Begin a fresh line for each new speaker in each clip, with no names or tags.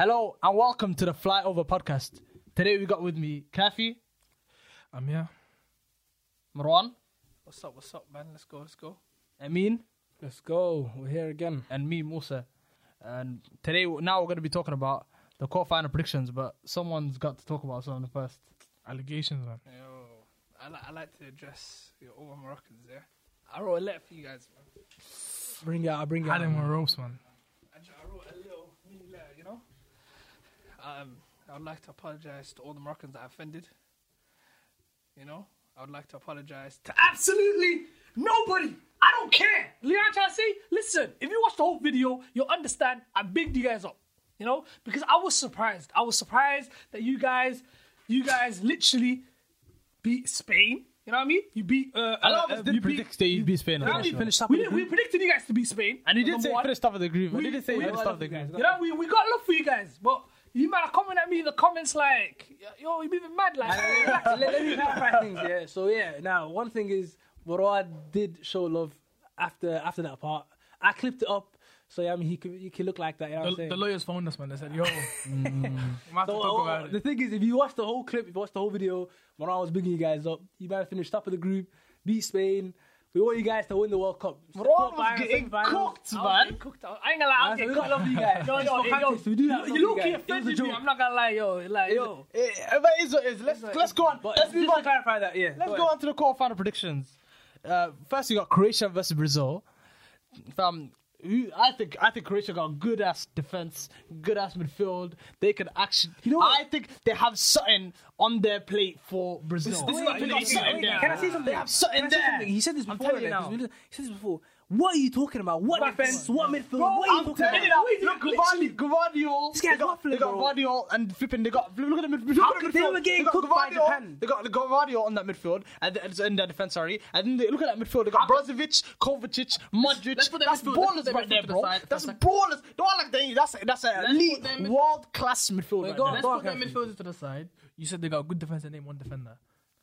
Hello and welcome to the Fly Over podcast. Today we got with me Kafi,
I'm here.
Marwan,
What's up? What's up, man? Let's go. Let's go.
Amin,
Let's go. We're here again.
and me Musa. And today, now we're going to be talking about the quarterfinal predictions, but someone's got to talk about something first.
Allegations, man.
Yo, I, li- I like to address you all my Moroccans there. I wrote a letter for you guys, man.
Bring it out, bring it
Had
out.
him on ropes, man.
I, ju- I wrote a little mini letter, you know. Um, I would like to apologize to all the Moroccans that I offended. You know, I would like to apologize to absolutely nobody. I don't care. Leon Chelsea, listen, if you watch the whole video, you'll understand I bigged you guys up. You know, because I was surprised. I was surprised that you guys, you guys literally beat Spain. You know what I mean? You beat. Uh,
A lot
uh,
of us
uh,
did
you
predict that you'd beat Spain.
You know what I
That's
mean?
right. Finished up
we,
in the
did, we predicted you guys to beat Spain.
And he did
number
say
one.
finished top of the group. He did say
we-
finished top of the group.
You know, we, we got love for you guys, but you might have commented at me in the comments like, yo, you're moving mad, like.
let, let me clarify things, yeah. So yeah, now one thing is Borod did show love after after that part. I clipped it up so yeah, I mean he could he could look like that, you know what I'm
The,
saying?
the lawyers phoned us, man. They said, yo, we might have to
So,
talk
oh,
about
the
it.
thing is if you watch the whole clip, if you watch the whole video, Moran was bigging you guys up, you might have finished top of the group, beat Spain. We want you guys to win the World Cup.
Morad was
Quarterfinals,
getting
semifinals.
cooked,
I was
man.
getting cooked. I was- I ain't gonna lie, I was
That's-
getting
we
cooked.
love you guys.
No,
It's
no,
for
hey, yo,
context, we do love you
you low key
guys. It was a
offended me.
joke.
I'm not gonna lie, yo, like, yo.
Eh, eh, But it's, it's, let's, let's go on.
But
let's
just
move
to
on.
clarify that, yeah.
Let's go on to the quarterfinal predictions. Uh, first, you got Croatia versus Brazil. Um, who- I think I think Croatia got good ass defense, good ass midfield. They could actually.
You know what?
I think they have something on their plate for Brazil.
Wait,
They
wait,
got
wait,
something
wait,
there.
Can I say something?
They have
Can
something
I say
there.
something? He said this
I'm
before.
telling you
like,
now.
He said this before. What are you talking about? What defense? What midfield? what are you
I'm
talking
telling
about?
you now. Look, Guardi- Guardiol.
This
They
guy's
got,
waffling,
they got
bro.
Guardiol and flipping. They got look at the midfield.
How
look at
could
the
they
midfield.
were getting
got
cooked by
Guardiol-
Japan?
They got the Guardiol on that midfield and the, in their defense. Sorry, and then they, look at that midfield. They got Brozovic, Kovacic, Modric.
let's put their
that's
midfield- let's
ballers
put their
right
midfield
there,
to the
bro.
side for a
that's
sec.
ballers. Don't like that. That's that's a elite,
put their mid-
world class midfield. right there.
go on.
Let's
Go
put their
Kelsey.
midfielders to the side.
Right? You said they got good defense and name one defender.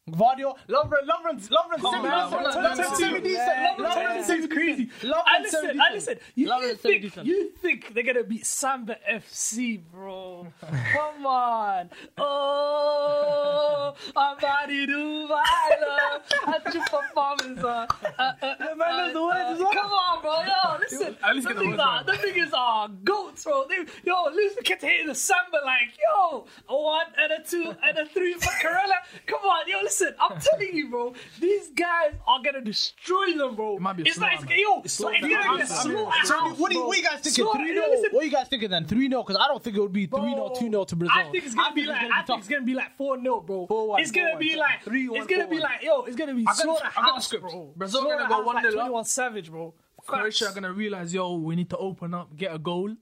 Guardiol, Lovren, Lovren, Lovren,
on, man. Lovren,
Lovren,
Lovren,
Lovren,
Lovren
Lovren,
is crazy.
Lovren
I listen, I
77.
listen. You,
Lovren
you think
77.
you think they're gonna beat Samba FC, bro? Come on! Oh, I'm body do my love. That's your performance, uh, uh, uh,
The man knows the words as well.
Come on, bro. Yo, listen.
At least
the
get the
niggas
words
are,
right.
the niggas are goats, bro. They, yo, Lucy kept hitting the samba like, yo, a one and a two and a three for Corella. Come on, yo, listen. I'm telling you, bro. These guys are gonna destroy them, bro. It
might be a
it's like,
slaughter.
yo, it's like,
slaughter.
you're gonna get
It's slaughter.
slaughtered.
So what do you, what you guys thinking?
Slaughter.
Three
Yo,
zero.
listen.
What you guys thinking then? Three 0 Because I don't think it would be three 0 two 0 to Brazil.
I think it's gonna be like I think it's gonna be like four 0 bro.
4-1,
it's gonna be
4-1,
like
three, one,
it's gonna be
4-1.
like yo, it's gonna be
got the- I got the
slaughterhouse,
script.
bro.
Brazil are gonna go
Slaughterhouse,
1-0
like
up.
21 Savage, bro.
Croatia
Facts.
are going to realize, yo, we need to open up, get a goal.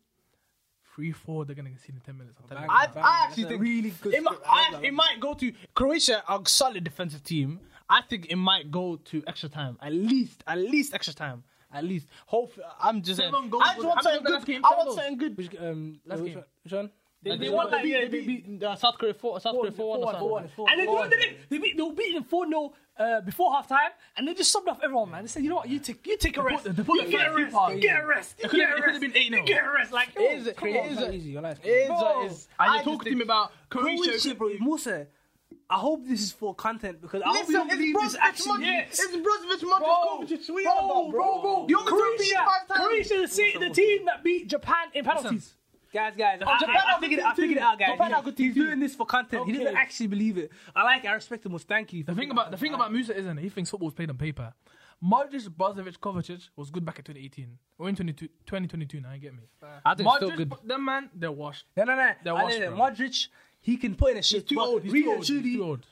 3 4, they're going to concede in 10 minutes. I'm telling you.
I, I actually
That's a
think
really good
It, might,
script. I love
I,
that
it might go to Croatia, a solid defensive team. I think it might go to extra time, at least, at least extra time, at least. Hope I'm just saying.
Seven goals
I just
was-
want
how many
something
goals
good.
came?
I
Seven
want
goals.
something good.
Which, um,
Last
which
game.
one? Which one?
They, they
They
won like
beat-
yeah,
they
they beat
beat, uh, South Korea four. South Korea four one. or something.
And then they, they, they, beat, they were beating 4 0 uh, before half time, and they just subbed off everyone, man. They said, you know what, you take, you take a rest.
they put
You
the
get
fire
a rest.
people.
You get a rest. You
It could've-
get a
it
rest.
could've been 8-0.
You get a rest. Like, yo,
Is it-
come
it
on.
is-
It's not easy. Your life's
Is,
Bro.
uh, is,
And
I
you talk
just
to him
think-
about Croatia.
Croatia, bro. Musa, I hope this is for content because I hope you
Listen,
don't believe
it's
this
Brozovic,
actually.
Modric,
Yes.
it's Brozovic,
Oh,
Modric, Kovacic. We
bro,
are about,
bro, bro.
You only threw
oh, Croatia,
five times.
Croatia, the, se- the team that beat Japan in penalties.
Guys, guys, I,
Japan
I,
are
I figured,
good
I figured it
team.
out, guys.
Japan are
He's-
good
He's doing this for content. He doesn't
Okay.
actually believe it. I like it. I respect him. Musa. Thank you.
The thing about the thing about Musa isn't he thinks football's played on paper. Modric, Brozovic, Kovacic was good back in 2018. We're in 22 2022 now. You get me?
I think it's still
Modric,
good.
them man, they're washed.
No, no, no.
They're
I
washed,
know that
bro.
Modric, he can put in a shift.
too
but
old, he's
really
too old,
and
he's
truly,
too old.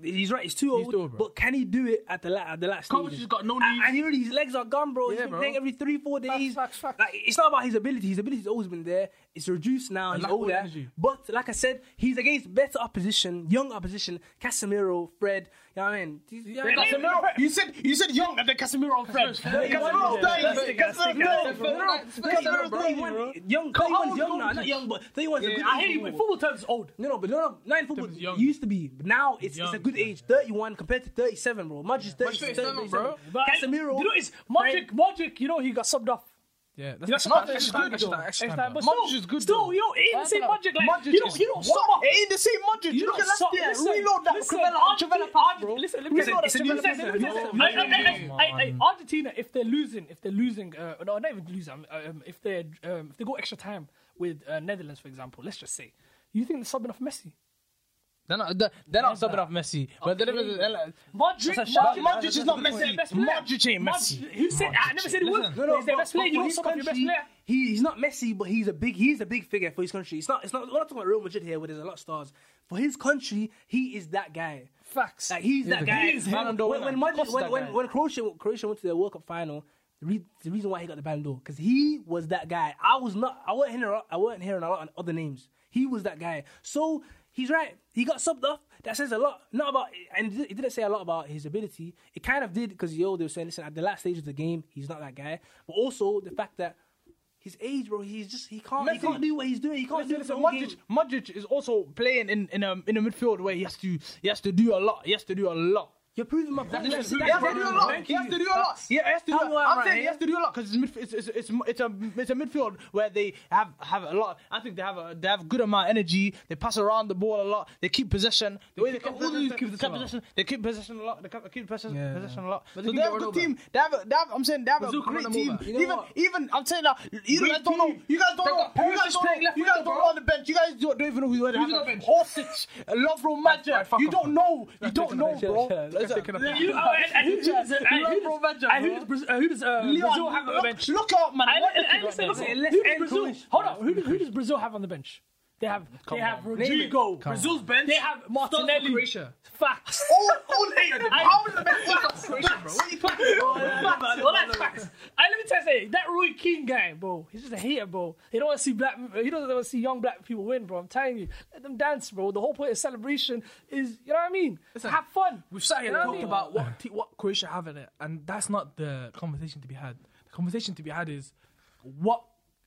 He's right. He's too old.
too old, bro.
but can he do it at the la- at the last?
Kovacic
stages?
has got no
And-
knees.
And you know his legs are gone, bro. he's
Yeah,
been
bro.
playing every three, four days.
facts, facts.
Like, it's not about his ability. His ability's always been there. It's reduced now. he's
lack of
older.
energy.
But like I said, he's against better opposition, young opposition. Casemiro, Fred. You know what I mean? These- you know what I mean?
Casemiro, you said you said young and then Casemiro on Fred. Casemiro's dying. Casemiro's dying. Casemiro's dying.
Young,
how
31's
old
young
is
now,
Kovacic?
not young, but 31's a good
I
age
hate
for
when
football.
football terms is old.
No, no, but no, no, not in football.
Tim's young.
It used to be, but now it's, it's a
young,
good
yeah.
age. 31 compared to 37, bro. Modric is 30, 37,
37, bro.
But
Casemiro.
You know, it's Modric, Modric, you know, he got subbed off.
Yeah, that's,
That's not- it's good, though.
Actually,
It's
standard.
like, but
Modric
still-
is good,
Still,
though.
you don't ain't the same
Modric
Modric. Like, you don't,
is-
you don't
what?
stop.
It ain't the same Modric.
You
Look
don't
at last
stop.
year.
Listen,
Reload that.
listen,
Crivella, Crivella
Argentina-
pass, bro.
Listen, let me
Reload
say-
that
listen,
Crivella
listen,
pass.
listen, listen. I- I- I- I- I- Argentina, if they're losing, if they're losing, uh, no, not even losing. um, Um, if they um, if they go extra time with uh, Netherlands, for example, let's just say, you think they're subbing off Messi?
They're not, they're, they're not subbing off Messi. But they're,
Okay.
they're like-
Modric,
That's a shout.
Modric,
Modric is not Messi.
Their best player.
Modric ain't Messi.
Modric- Who said? I never said he was.
Listen.
He's their best player. You don't suck off your best player.
He, he's not Messi, but he's a big he's a big figure for his country. It's not it's not we're not talking about Real Madrid here where there's a lot of stars. For his country, he is that guy.
Facts.
Like he's that
the
guy.
guy. He is him.
When, when, when,
Ballon d'Or
Madrid-
winner.
when,
Costa
when,
guy.
when Croatia Croatia went to their World Cup final, the, re- the reason why he got the Ballon d'Or because he was that guy. I was not. I wasn't hearing. a lot- I wasn't hearing a lot on other names. He was that guy. So he's right. He got subbed off. That says a lot. Not about and it didn't say a lot about his ability. It kind of did because yo they were saying listen at the last stage of the game he's not that guy. But also the fact that. His age, bro. He's just he can't. He
Messi-
can't do what he's doing. He can't do
Listen, listen,
this whole game.
Modric, Modric is also playing in, in a in a midfield where he has to he has to do a lot. He has to do a lot.
You're proving my point.
He has
That's
to do
what I'm
a
doing.
lot.
Thank
He has
you.
to do a lot. Yeah, he has to do.
Tell me why I'm
I'm
right
saying he
here.
has to do a lot because it's, midf- it's, it's, it's, it's a it's a midfield where they have have a lot. I think they have a they have good amount of energy. They pass around the ball a lot. They keep possession. The way they keep,
all these
possession,
keep
keep,
possession.
possession, they keep possession a lot. They keep, keep possession,
Yeah.
possession a lot.
But they
so
can
they have
get
a good
run over.
team. They have, a, they have I'm saying they have
Brazil
a
can
great
run them
team.
over.
You know
even
what?
even I'm saying now you
Great
guys don't know.
team.
You guys don't
They
know.
got
You guys
Perisic
don't
playing
know.
left
You
winger,
guys don't
bro.
know on the bench. You guys don't don't even know who they
on the
have.
bench?
Orsic, Lovro Magic.
fuck
You
off.
don't know. You
That's
don't
taken
know,
a
bro.
picture.
Listen,
Taken a picture.
You- uh, and- and who does- and
You
who
love
does-
Roberto,
and who
bro.
does Brazil- uh, Who does uh,
Leon,
Brazil have on the
look-
bench?
Look out, man.
I,
What
I,
the
I,
fuck
listen,
is
listen,
that?
Let's
who did
end
Brazil?
Croatia.
Hold on, who, do- who does Brazil have on the bench? They have, they have
on.
Rodrigo.
There you go.
Brazil's bench. They have
Starts for
Martinelli.
Croatia.
Facts.
All, all eight of them.
I-
How is the best facts? Facts. What are you talking about?
Facts. Well, that's facts. I let me tell you, something. that Roy King guy, bro, he's just a hater, bro. He don't want to see black, he doesn't want to see young black people win, bro. I'm telling you, let them dance, bro. The whole point of celebration is, you know what I mean? have fun.
We've sat here
You know
and talked
what I mean?
about what t- what Croatia have in it, and that's not the conversation to be had. The conversation to be had is what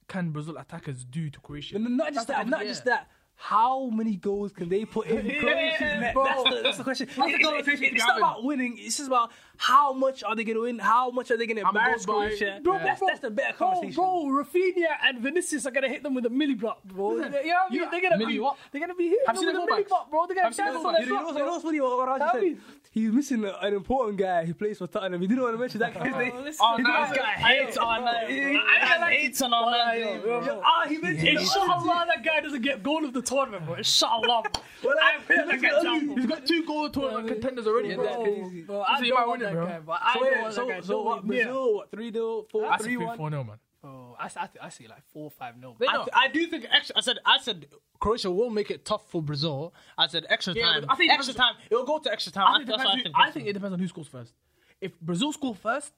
can Brazil attackers do to Croatia?
No, no, not just that. Not just that. How many goals can they put in Croatia's net?
bro.
That's the, that's the question.
the
It- it-
conversation
it's
to
not
be
about winning. It's just about how much are they going to win? How much are they going to
How many
embarrass
goals by-
Croatia?
Bro,
that's,
bro,
that's the better
bro,
conversation.
Bro, Rafinha and Vinicius are gonna hit them with a milli block, bro. You know what I mean?
you-
They're gonna
Milli
be
what?
They're gonna be hitting
Have
them
you
with
seen
a
the
milli
fullbacks?
block, bro. They're gonna
Have you seen
chance
the
on
fullbacks?
their
You know, you know
block,
what's-
bro.
you know what's funny? What Raj
Tell me.
said? He's missing a- an important guy who plays for Tottenham. He didn't want to mention that Oh, guy's name.
Oh, listen.
He didn't-
Arnail's got hates on
Yeah, yeah, yeah.
Hates on Arnail's name.
Yeah, Ah, he mentioned
Inshallah, that guy doesn't get goal of the tournament, bro. Inshallah. bro.
Well,
I
I-
feel like a jump.
He's got two goal tournament contenders already.
Bro,
bro.
crazy.
Bro, I
So you
don't
might
want
win it,
that
bro.
guy, bro. I
So,
don't
wait,
want that
so,
guy.
so
Don't
what?
leave me.
Brazil, what, 3 0, 4
That's a
3
3
1?
4 0, man.
Bro, I, I, I see like 4 5 0.
I, th- I do think extra, I said I said Croatia will make it tough for Brazil. I said extra
Yeah,
time.
but I think
extra
Brazil-
time. It'll go to extra time.
I think, it
that's what I
depends
think.
who- I think it depends on who scores first. If Brazil score first,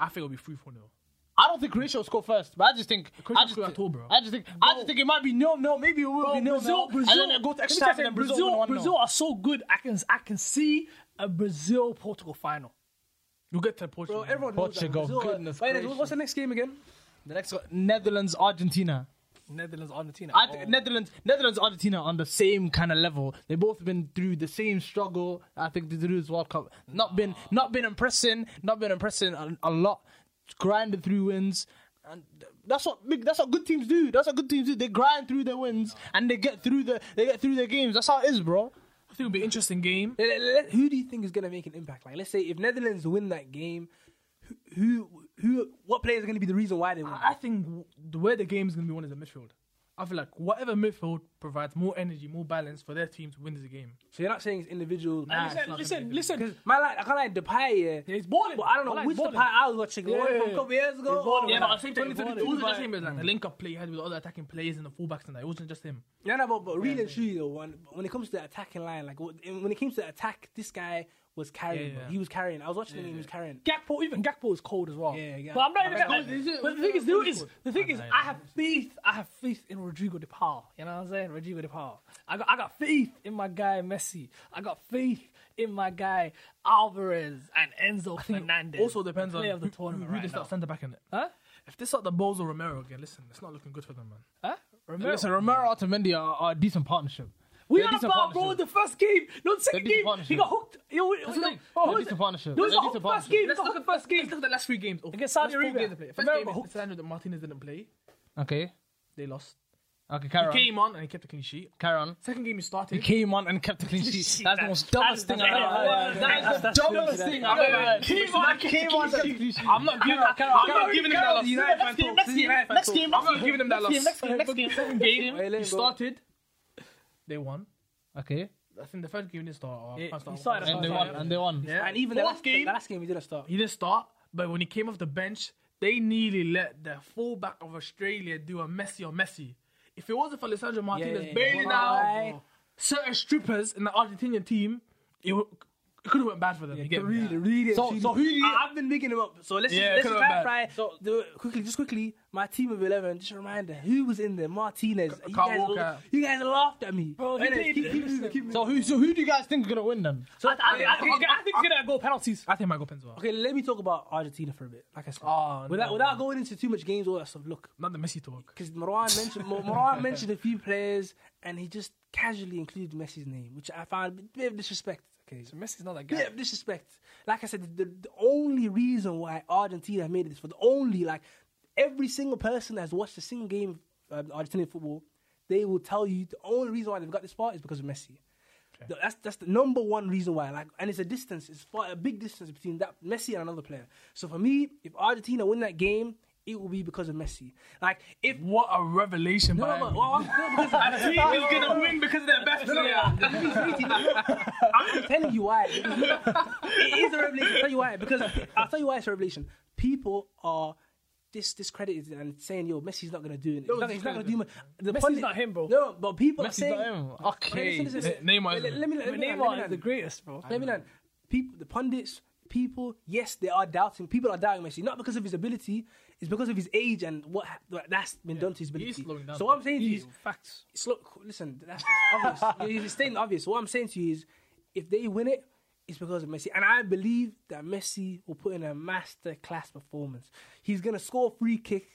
I think it'll be 3 4 0.
I don't think Croatia will score first, but I just think
Croatia
I just
score at all, bro.
I just think I just think it might be no no. Maybe it will be no
Brazil,
no.
Brazil,
and then it go to extra
let
time.
me
And
tell
then
you,
Brazil, will
Brazil,
win
Brazil are so good. I can, I can see a Brazil Portugal final.
You'll get to Portugal.
Bro, everyone knows that.
Portugal,
Brazil, uh,
goodness
wait,
gracious.
What's the next game again?
The next one, Netherlands Argentina.
Netherlands, Argentina.
I think
Oh.
Netherlands, Netherlands, Argentina on the same kind of level. They both been through the same struggle. I think they through this World Cup, not been, not been impressing, not been impressing a, a lot. Grinded through wins, and th- that's what big, that's what good teams do. That's what good teams do. They grind through their wins and they get through the they get through their games. That's how it is, bro.
I think it'll be an interesting game.
Let- let- let- who do you think is going to make an impact? Like, let's say if Netherlands win that game, who, who, who what players are going to be the reason why they win?
I I think w- the way the game is going to be won is the midfield. I feel like whatever midfield provides more energy, more balance for their team to win this game.
So you're not saying it's individual. players.
listen, listen, listen.
My like, I can't like Depay here.
Yeah, he's balling.
But I don't know
Well,
which
he's
Depay
balling.
I was watching the one
Yeah.
from a couple years
He's
ago.
balling. Yeah, but
at the same time, it
Ballin,
wasn't
Ballin.
just him. It was like the link-up play you had with the other attacking players and the fullbacks and that. It wasn't just him.
No, no, but, but real and true though. When, when it comes to the attacking line, like what- when it came to the attack, this guy was carrying.
Yeah, yeah.
He was carrying. I was watching him. He was carrying.
Gakpo, even Gakpo is cold as well.
Yeah, yeah.
But I'm not even.
Gakpo-
Like,
Is it-
but the thing is, there is the thing is, I have faith. I have faith in Rodrigo de Paul. You know what I'm saying? Rodrigo de Paul. I got, I got faith in my guy Messi. I got faith in my guy Alvarez and Enzo Fernandez.
also depends
the
on
player
who,
of the
who,
tournament
who
right
they start
now.
centre back in it.
Huh?
If they start the balls or Romero again, listen, it's not looking good for them, man.
Huh? Romero.
Listen, Romero Otamendi are, are a decent partnership.
We
They're
on
decent
about, bro. The
partnership.
first game, not the second
They're decent
game. He got
partnership.
hooked. Yo, wait,
That's
yo,
the thing.
oh,
They're
was
decent
it-
partnership.
No,
They're
he got
decent
hooked first
partnership.
game. He
Let's
got
look
hooked
at first
first
game.
game.
Let's look at the last three games.
Against Saudi
Let's
Arabia.
four games they played.
Remember,
First game, it's that Martinez didn't play.
Okay.
They lost.
Okay, carry on.
He came on and he kept a clean sheet.
Carry on.
Second game he started.
He came on and kept the clean sheet. That's the most dumbest thing I've ever heard. That is the
That's- that's
dumbest
crazy,
thing
that.
I've ever heard.
Came on,
Came on, kept the clean sheet.
I'm not giving. I'm not giving him that loss.
Next game, next game, next game,
I'm not giving him that loss.
next game, next game, next game.
Wait, let
He
him go.
started. They won.
Okay,
I think the third game he didn't start. or
Yeah,
can't start.
he started
and they won, and they won.
Yeah.
And even the
Fourth
last
game-
game, the last game, he didn't start.
He didn't start, but when he came off the bench, they nearly let the fullback of Australia do a Messi on Messi. If it wasn't for Lissandro Martinez
yeah,
bailing
yeah.
out
Why?
certain strippers in the Argentinian team, it, w- it could have went bad for them. you get me?
Really, really.
So- so who do you-
I, I've been making him up. So let's
Yeah,
just, let's
come
just
on, man.
clarify. the, quickly, just quickly, my team of eleven. Just a reminder, who was in there? Martinez. You
Kyle
guys,
Walker.
you guys laughed at me.
he
Anyways,
did.
keep- keep moving, keep moving.
So who, so who do you guys think is gonna win then?
So I, I, I, think- okay, I think it's gonna go penalties.
I think Michael Pence well.
Okay, let me talk about Argentina for a bit. Like I said,
Oh,
without
no.
without going into too much games, all that stuff. Look,
Not the Messi talk.
because Moran mentioned Mo- Moran mentioned a few players, and he just casually included Messi's name, which I found a bit of disrespect. Okay,
Messi's not that
bit
guy.
of disrespect. Like I said, the, the only reason why Argentina made this for the only like every single person that's watched a single game of um, Argentinian football, they will tell you the only reason why they've got this far is because of Messi. Th- That's that's the number one reason why. Like, and it's a distance. It's far, a big distance between that Messi and another player. So for me, if Argentina win that game, it will be because of Messi. Like if
What a revelation
no,
by
no,
him.
no, well, I'm- no, because-
He is gonna win because of their best player.
I'm telling you why. It is a revelation. I'll tell you why. Because I'll tell you why it's a revelation. People are dis- discredited and saying, yo, Messi's not going to do it. He's not, he's not going to do much. The Messi's
not him, bro.
No, but people are
Messi's
saying.
not him. Okay.
Listen, listen, listen.
Ne- Neymar
Let-
isn't.
Let me let me land, let me
Neymar is the
land.
greatest, bro.
Let me learn. People, the pundits, people, yes, they are doubting. People are doubting Messi, not because of his ability, it's because of his age and what ha- what that's been done to his ability.
slowing down.
So what I'm saying to you is,
Facts.
it's look, listen, that's obvious. You're stating the obvious. What I'm saying to you is, if they win it, it's because of Messi. And I believe that Messi will put in a master class performance. He's gonna score free kick.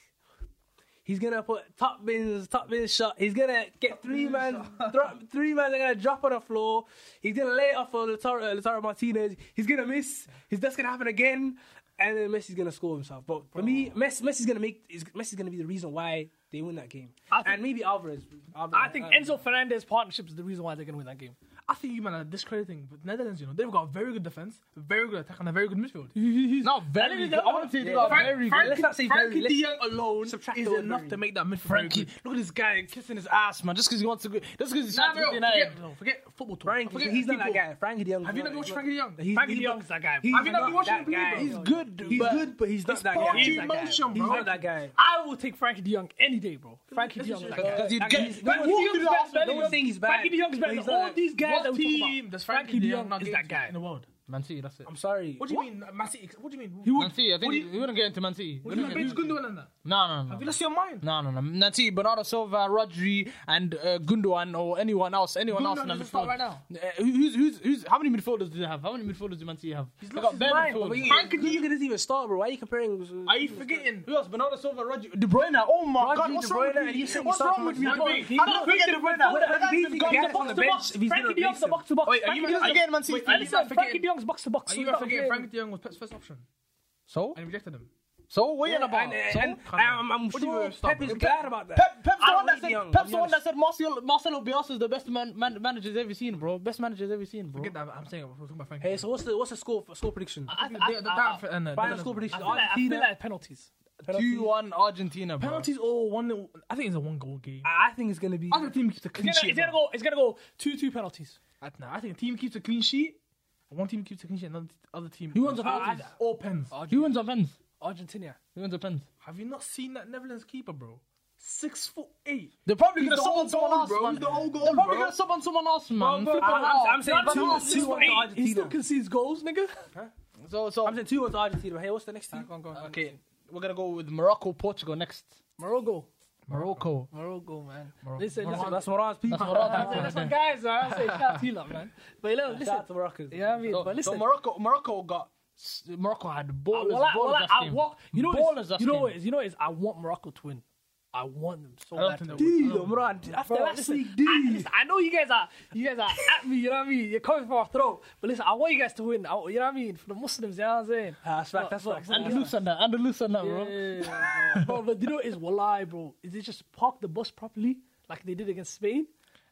He's gonna put top bins, top bins shot. He's gonna get three man, thro- three man. They're gonna drop on the floor. He's gonna lay it off for Lautaro, Lautaro Martinez. He's gonna miss. His that's gonna happen again, and then Messi's gonna score himself. But for me, Messi, Messi's gonna make. is- Messi's gonna be the reason why they win that game.
I think-
and maybe Alvarez. Uh, Alvarez
I think Enzo Fernandez partnership is the reason why they're gonna win that game.
I think you man are discrediting but Netherlands. You know they've got a very good defense, a very good attack, and a very good midfield.
Not very good. I want to say they got
Frank-
very
Frank-
good.
Let's not say
Frankie
very,
De Jong alone
subtract
is
the word
enough
very.
to make that midfield. very
Frankie,
good.
look at this guy kissing his ass, man, just because he wants to go. Just because he's
Nah,
trying
bro,
to deny
forget, no, forget football talk.
Frank,
forget
he's not
people.
that guy. Frankie De Jong.
Have you never watched Frankie De Jong?
He's,
Frankie
he's
De
not-
Young's that guy, bro.
he's
Have you not been watching
that
him play,
guy.
bro?
He's
He's good,
He's
but
good, but he's not
it's
that
part
guy.
of
He's
the
not that guy.
emotion,
He's
bro.
not that guy.
I will take Frankie De Jong any day, bro. Frankie De Jong is that guy.
Because you
Like,
get.
he's- no
walk
one's
through the
better
Arsenal
than
door.
him. saying he's bad.
Frankie De Jong's better
But
than
he's
all
not-
these guys that
What
we talk about.
team does Frankie De Jong not
is
get
that guy.
in the world?
Man City, that's it.
I'm sorry.
What do you mean, uh, Man City? What do you mean?
He
Man
would.
City, I think he wouldn't get into Man City.
What do
Wouldn't
you mean?
get-
He's good doing that.
No, no, no.
Have you lost your mind?
No, no, no. Man City, Bernardo Silva, Rodri, and uh, Gundogan, or anyone else, anyone else in
Gundogan
the
doesn't start
midfield.
right now.
Uh, who's, who's, who's, how many midfielders do they have? How many midfielders do Man City have? He's
lost his mind, but he-
Frankie De Jong doesn't even start, bro. Why are you comparing?
Are you forgetting?
Who else? Bernardo Silva, Rodri, De Bruyne. Oh my
Rodri,
God, what's
De
wrong
Bruyne,
with
and
me?
you said he
What's
starts
wrong with
from
me?
the
I don't
bench.
think De Bruyne.
What about
He's
these
gone
guys
to box
on the
to box.
bench? If he's
Frankie
gonna
De Jong's
replace
the
him.
box to box.
Wait, are
Frankie
you
De Jong's
guys-
the-
again, Man City
Wait,
fans,
I
are you
listen, Frankie
forgetting-
De Jong's box to box.
Are
so
you
he's not
forgetting
playing.
Frankie De Jong was Pep's first option
So,
and he rejected him?
so what are you on about?
And, and,
So?
and I'm, I'm
do you
sure
mean stop?
Pep is
Pep-
glad about that.
Pep, Pep's
I
the one
don't
that
need De
said
Jong, I'll
Pep's
be
the one that
honest.
said Marcelo, Marcelo Bielsa is the best man, man manager's ever seen, bro. Best manager's ever seen, bro.
Forget that. I'm saying we're talking about Frankie.
Hey, so what's the what's the score for score prediction?
I-
The-
I-
the-
I-
that- and, uh,
Final
Netherlands-
score
I
prediction.
feel like- I feel
Argentina.
like penalties.
Two one Argentina, bro.
Penalties or one? I think it's a one goal game.
I think it's gonna be.
I think the team keeps a clean
It's gonna,
sheet.
it's gonna
bro.
go. It's gonna go two two penalties.
I- nah, I think the team keeps a clean sheet. and One team keeps a clean sheet, another t- other team.
Who wants the
I- I-
penalties?
All pens.
Who wins the pens?
Argentina.
Who wins the pens?
Have you not seen that Netherlands keeper, bro? Six foot eight.
They're probably
He's
gonna
the
sub
whole
on someone
goal,
else,
bro.
man.
He's the whole goal,
They're probably
bro.
gonna sub on someone else, man.
bro,
Flip it
I'm-
out.
I'm saying
That's
two-
all.
two-
So-
one to Argentina.
He still concedes goals, nigga.
So, so
I'm saying two one to Argentina. Hey, what's the next team?
okay, we're gonna go with Morocco, Portugal next.
Morocco.
Morocco.
Morocco, man. Listen,
That's-
listen,
That's Moran's people.
listen, listen, guys, man. I say shout out to you lot, man. But you know,
Shout
listen.
out to Morocco.
Yeah, I mean,
So,
but listen.
so Morocco, Morocco got s- Morocco had ballers,
I, well, I,
ballers
well, I,
last
I
game.
want, you know,
ballers
what is,
last
you know
game.
what is, you know what is, I want Morocco to win.
I want them so
I don't
bad.
think
to
they
win.
D, Omran, after
Bro,
last
listen,
week,
I,
D.
listen, I know you guys are you guys are at me, you know what I mean? You're coming for a throat. But listen, I want you guys to win. I, you know what I mean? For the Muslims, you know what I'm saying?
Ah, That's fact, that's fact.
And loose on that. And loose on that, bro.
Yeah, bro, but you know what is wallahi, bro? Is they just park the bus properly like they did against Spain?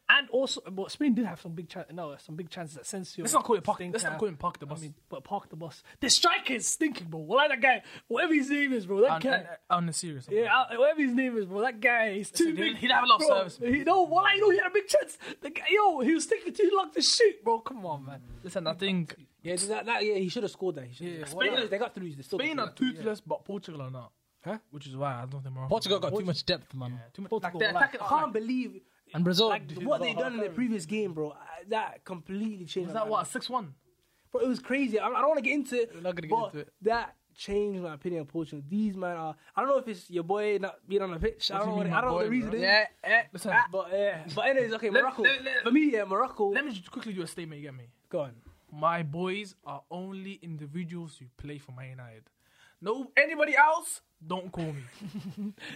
And also, but Spain did have some big chance. No, some big chances at Sensio.
Let's not call it park. Let's
Stinker.
not call it park the bus.
I mean, but park the bus. The striker is stinking, bro. Well, that guy, whatever his name is, bro, that
and,
guy.
and, on a serious. note.
yeah, I- whatever his name is, bro, that guy is too
Listen, he'd-
big.
he'd have a lot of
bro.
service,
He, no, well, I know he had a big chance. The guy, yo, he was taking too long to shoot, bro. Come on, man.
Listen, I think
Yeah, that, that, yeah, he should have scored that. He should've-
Yeah,
Spain,
why-
they got through. They still got
Spain
through.
are toothless, but Portugal are not. Huh? Which is why I don't think Morocco.
Portugal got too much depth, man.
Too much.
Portugal,
like, they're
like-
attacking.
I can't believe
And Brazil.
like, what they done in their previous game, bro. I- That completely changed.
Is
my
that what
mind.
six one?
Bro, it was crazy. I, I don't want to get into it.
not gonna get
but
into it.
That changed my opinion of Portugal. These men are. I don't know if it's your boy not being on the pitch.
What
I don't
do
know.
you
What,
mean,
I
my
don't know
boy,
the reason.
bro?
Is.
Yeah,
Listen,
Listen.
but yeah. But anyways, okay, Morocco.
let- let-
For me, yeah, Morocco.
Let me just quickly do a statement. You get me?
go on.
My boys are only individuals who play for Man United. No, anybody else, don't call me.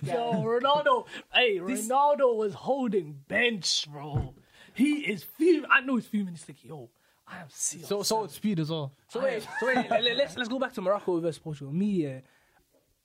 Yo, Ronaldo. hey, Ronaldo was holding bench, bro. He is fuming. I know he's fuming. He's like, yo, I am serious.
So, so it's speed as well.
So wait, so wait. let- let- let's let's go back to Morocco versus Portugal. Me, yeah,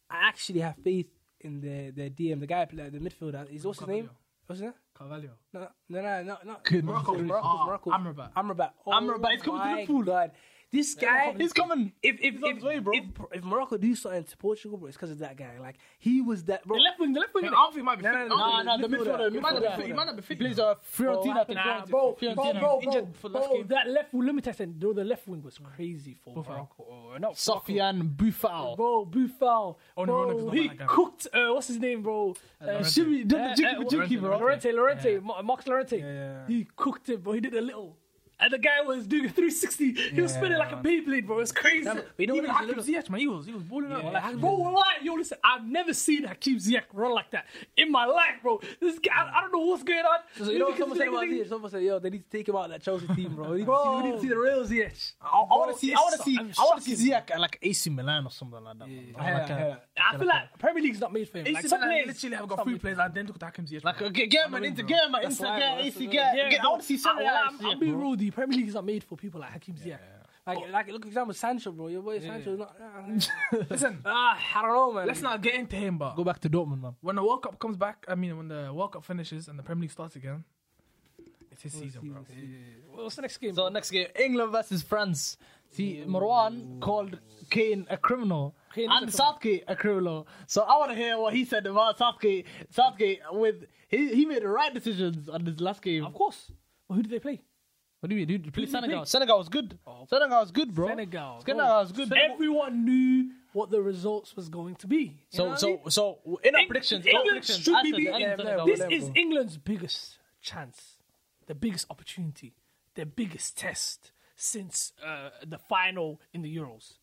I actually have faith in the the DM, the guy, play- the midfielder. Is what's his name?
Carvalho.
What's his name?
Carvalho.
No, no, no, no, no.
Goodness.
Morocco,
Morocco,
Morocco, Morocco.
ah, Amrabat.
Amrabat. Oh,
Amrabat, he's coming to
my
Liverpool.
God. This guy,
He's coming.
If if
He's on
if,
his way, bro.
if if Morocco do something to Portugal, bro, it's because of that guy. Like he was that bro.
the left wing, the left wing.
I don't think he might be.
No,
fit.
no,
I
no,
Nah,
don't think-
nah, the midfielder.
He might not be fit. He might not be fit.
He plays uh, Fiorentina. I think.
Nah, bro, bro, bro,
Fiorentina.
bro, bro,
Injured for last game.
that left wing. Let me tell you, something, bro, the left wing was crazy for Morocco. Or not
Sofian
Morocco.
Buffal.
Bro, Buffal.
Only Ronaldo
Oh,
Bro,
doesn't
he
like that guy.
cooked. Uh, what's his name, bro? Uh,
Llorente.
Shimmy, did
Eh,
the
eh,
juki
Llorente,
juki, bro. Lorente,
Llorente.
Lorente,
Yeah.
Ma- Max Lorente.
yeah, yeah.
He cooked it, bro. He did a little. And the guy was doing a 360. He was spinning like a
Yeah.
Beyblade, bro. It's crazy.
Damn, but you know what
Even
it is, you
Hakim
know-
Ziyech
Ziyech, man, he was he was balling out.
like, bro, why? Yo, listen, I've never seen Hakim Ziyech run like that in my life, bro. This guy, I, I don't know what's going on.
So you know what
Maybe because
someone said
he's
about
like-
this? Someone said, "Yo, they need to take him out of that Chelsea team, bro. We need,
Bro.
To, see, we need to see the real Ziyech."
I want to see. I want to
so-
see.
I'm
I want to
shocking.
see Ziyech at like AC Milan or something like that. man.
Yeah,
Like,
yeah,
a,
yeah.
I feel like Premier League's not made for him.
AC
Like,
Milan
some players,
literally have got
some
three
people-
players identical to Hakim Ziyech.
like a, get get him an Inter, get him an Inter,
why,
get
bro.
an AC,
That's
get.
Yeah,
get- I
bro.
want to see something
I,
like
am
Ziyech,
being
bro.
rude. The Premier League's not made for people like Hakim Ziyech.
Like, like, look, example Sancho, bro. Your boy Sancho's not.
Listen,
Ah, I don't know, man.
let's not get into him, but
Go back to Dortmund, man.
when the World Cup comes back, I mean, when the World Cup finishes and the Premier League starts again, it's his season, bro.
What's the next game?
So
bro?
next game, England versus France. See, Marwan called Kane a criminal
Kane is a
and Southgate a criminal. So I want to hear what he said about Southgate. Southgate with he, he made the right decisions on this last game.
of course. Well, who do they play?
What do you mean, dude? Play
did
Senegal.
he play? Oh.
Senegal was good. Senegal was good, bro.
Senegal.
Senegal was good.
Everyone knew what the results was going to be. You know
So
what I
so
mean?
so in our
Eng-
predictions,
England
our predictions,
should
I
be
said
beating
England,
them,
Senegal.
though.
this
level.
is England's biggest chance, the biggest opportunity, their biggest test since uh, the final in the Euros.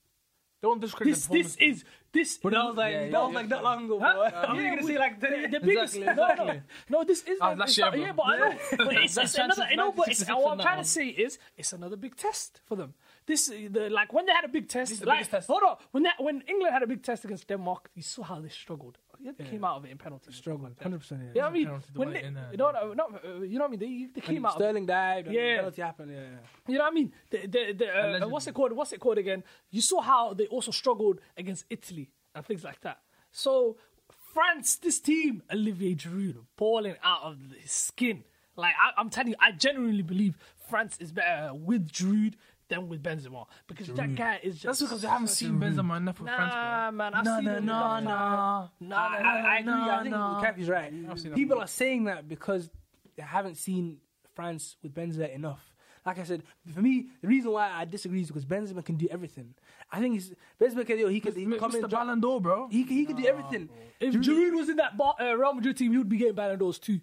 Don't discredit
This
the performance,
this is this.
But that was like that was like that long ago, bro. I'm
Yeah,
gonna
we-
say like
the, the
that.
biggest. No, no, no. This is
Ah,
like,
last
it's
year,
not-
bro.
yeah, but I know. But it's,
That
it's
chance
another.
is
I know, but it's,
96%
what I'm
now.
trying to say is it's another big test for them. This uh, the like when they had a big test.
is the
like,
biggest test.
Hold on, when that when England had a big test against Denmark, you saw how they struggled. Yeah, they came out of it in penalties.
Struggling, hundred percent.
You know what I mean?
Penalty, the
When
way
they,
in, uh,
no, no, no, uh, you know what I mean? They, they came out. of it.
Sterling died. and
Yeah.
penalty happened. Yeah, yeah.
You know what I mean? The, the, the, uh,
Allegedly.
what's it called? What's it called again? You saw how they also struggled against Italy and things like that. So France, this team, Olivier Giroud, balling out of his skin. Like I, I'm telling you, I genuinely believe France is better with Giroud than with Benzema because that guy is
That's
just.
because you haven't seen Benzema enough for France, bro.
Nah, man, I've
Nah,
seen
nah,
him
nah,
enough.
nah.
nah, nah, nah,
I, I, I agree. I
nah,
think
nah.
Lukaku's right. People are saying that because they haven't seen France with Benzema enough. Like I said, for me, the reason why I disagree is because Benzema can do everything. I think he's, Benzema can do. He can he can come in.
Mr.
drop-
Ballon d'Or, bro.
He can, he can do everything.
If Giroud was in that Bar- uh, Real Madrid team, he would be getting Ballon d'Ors too.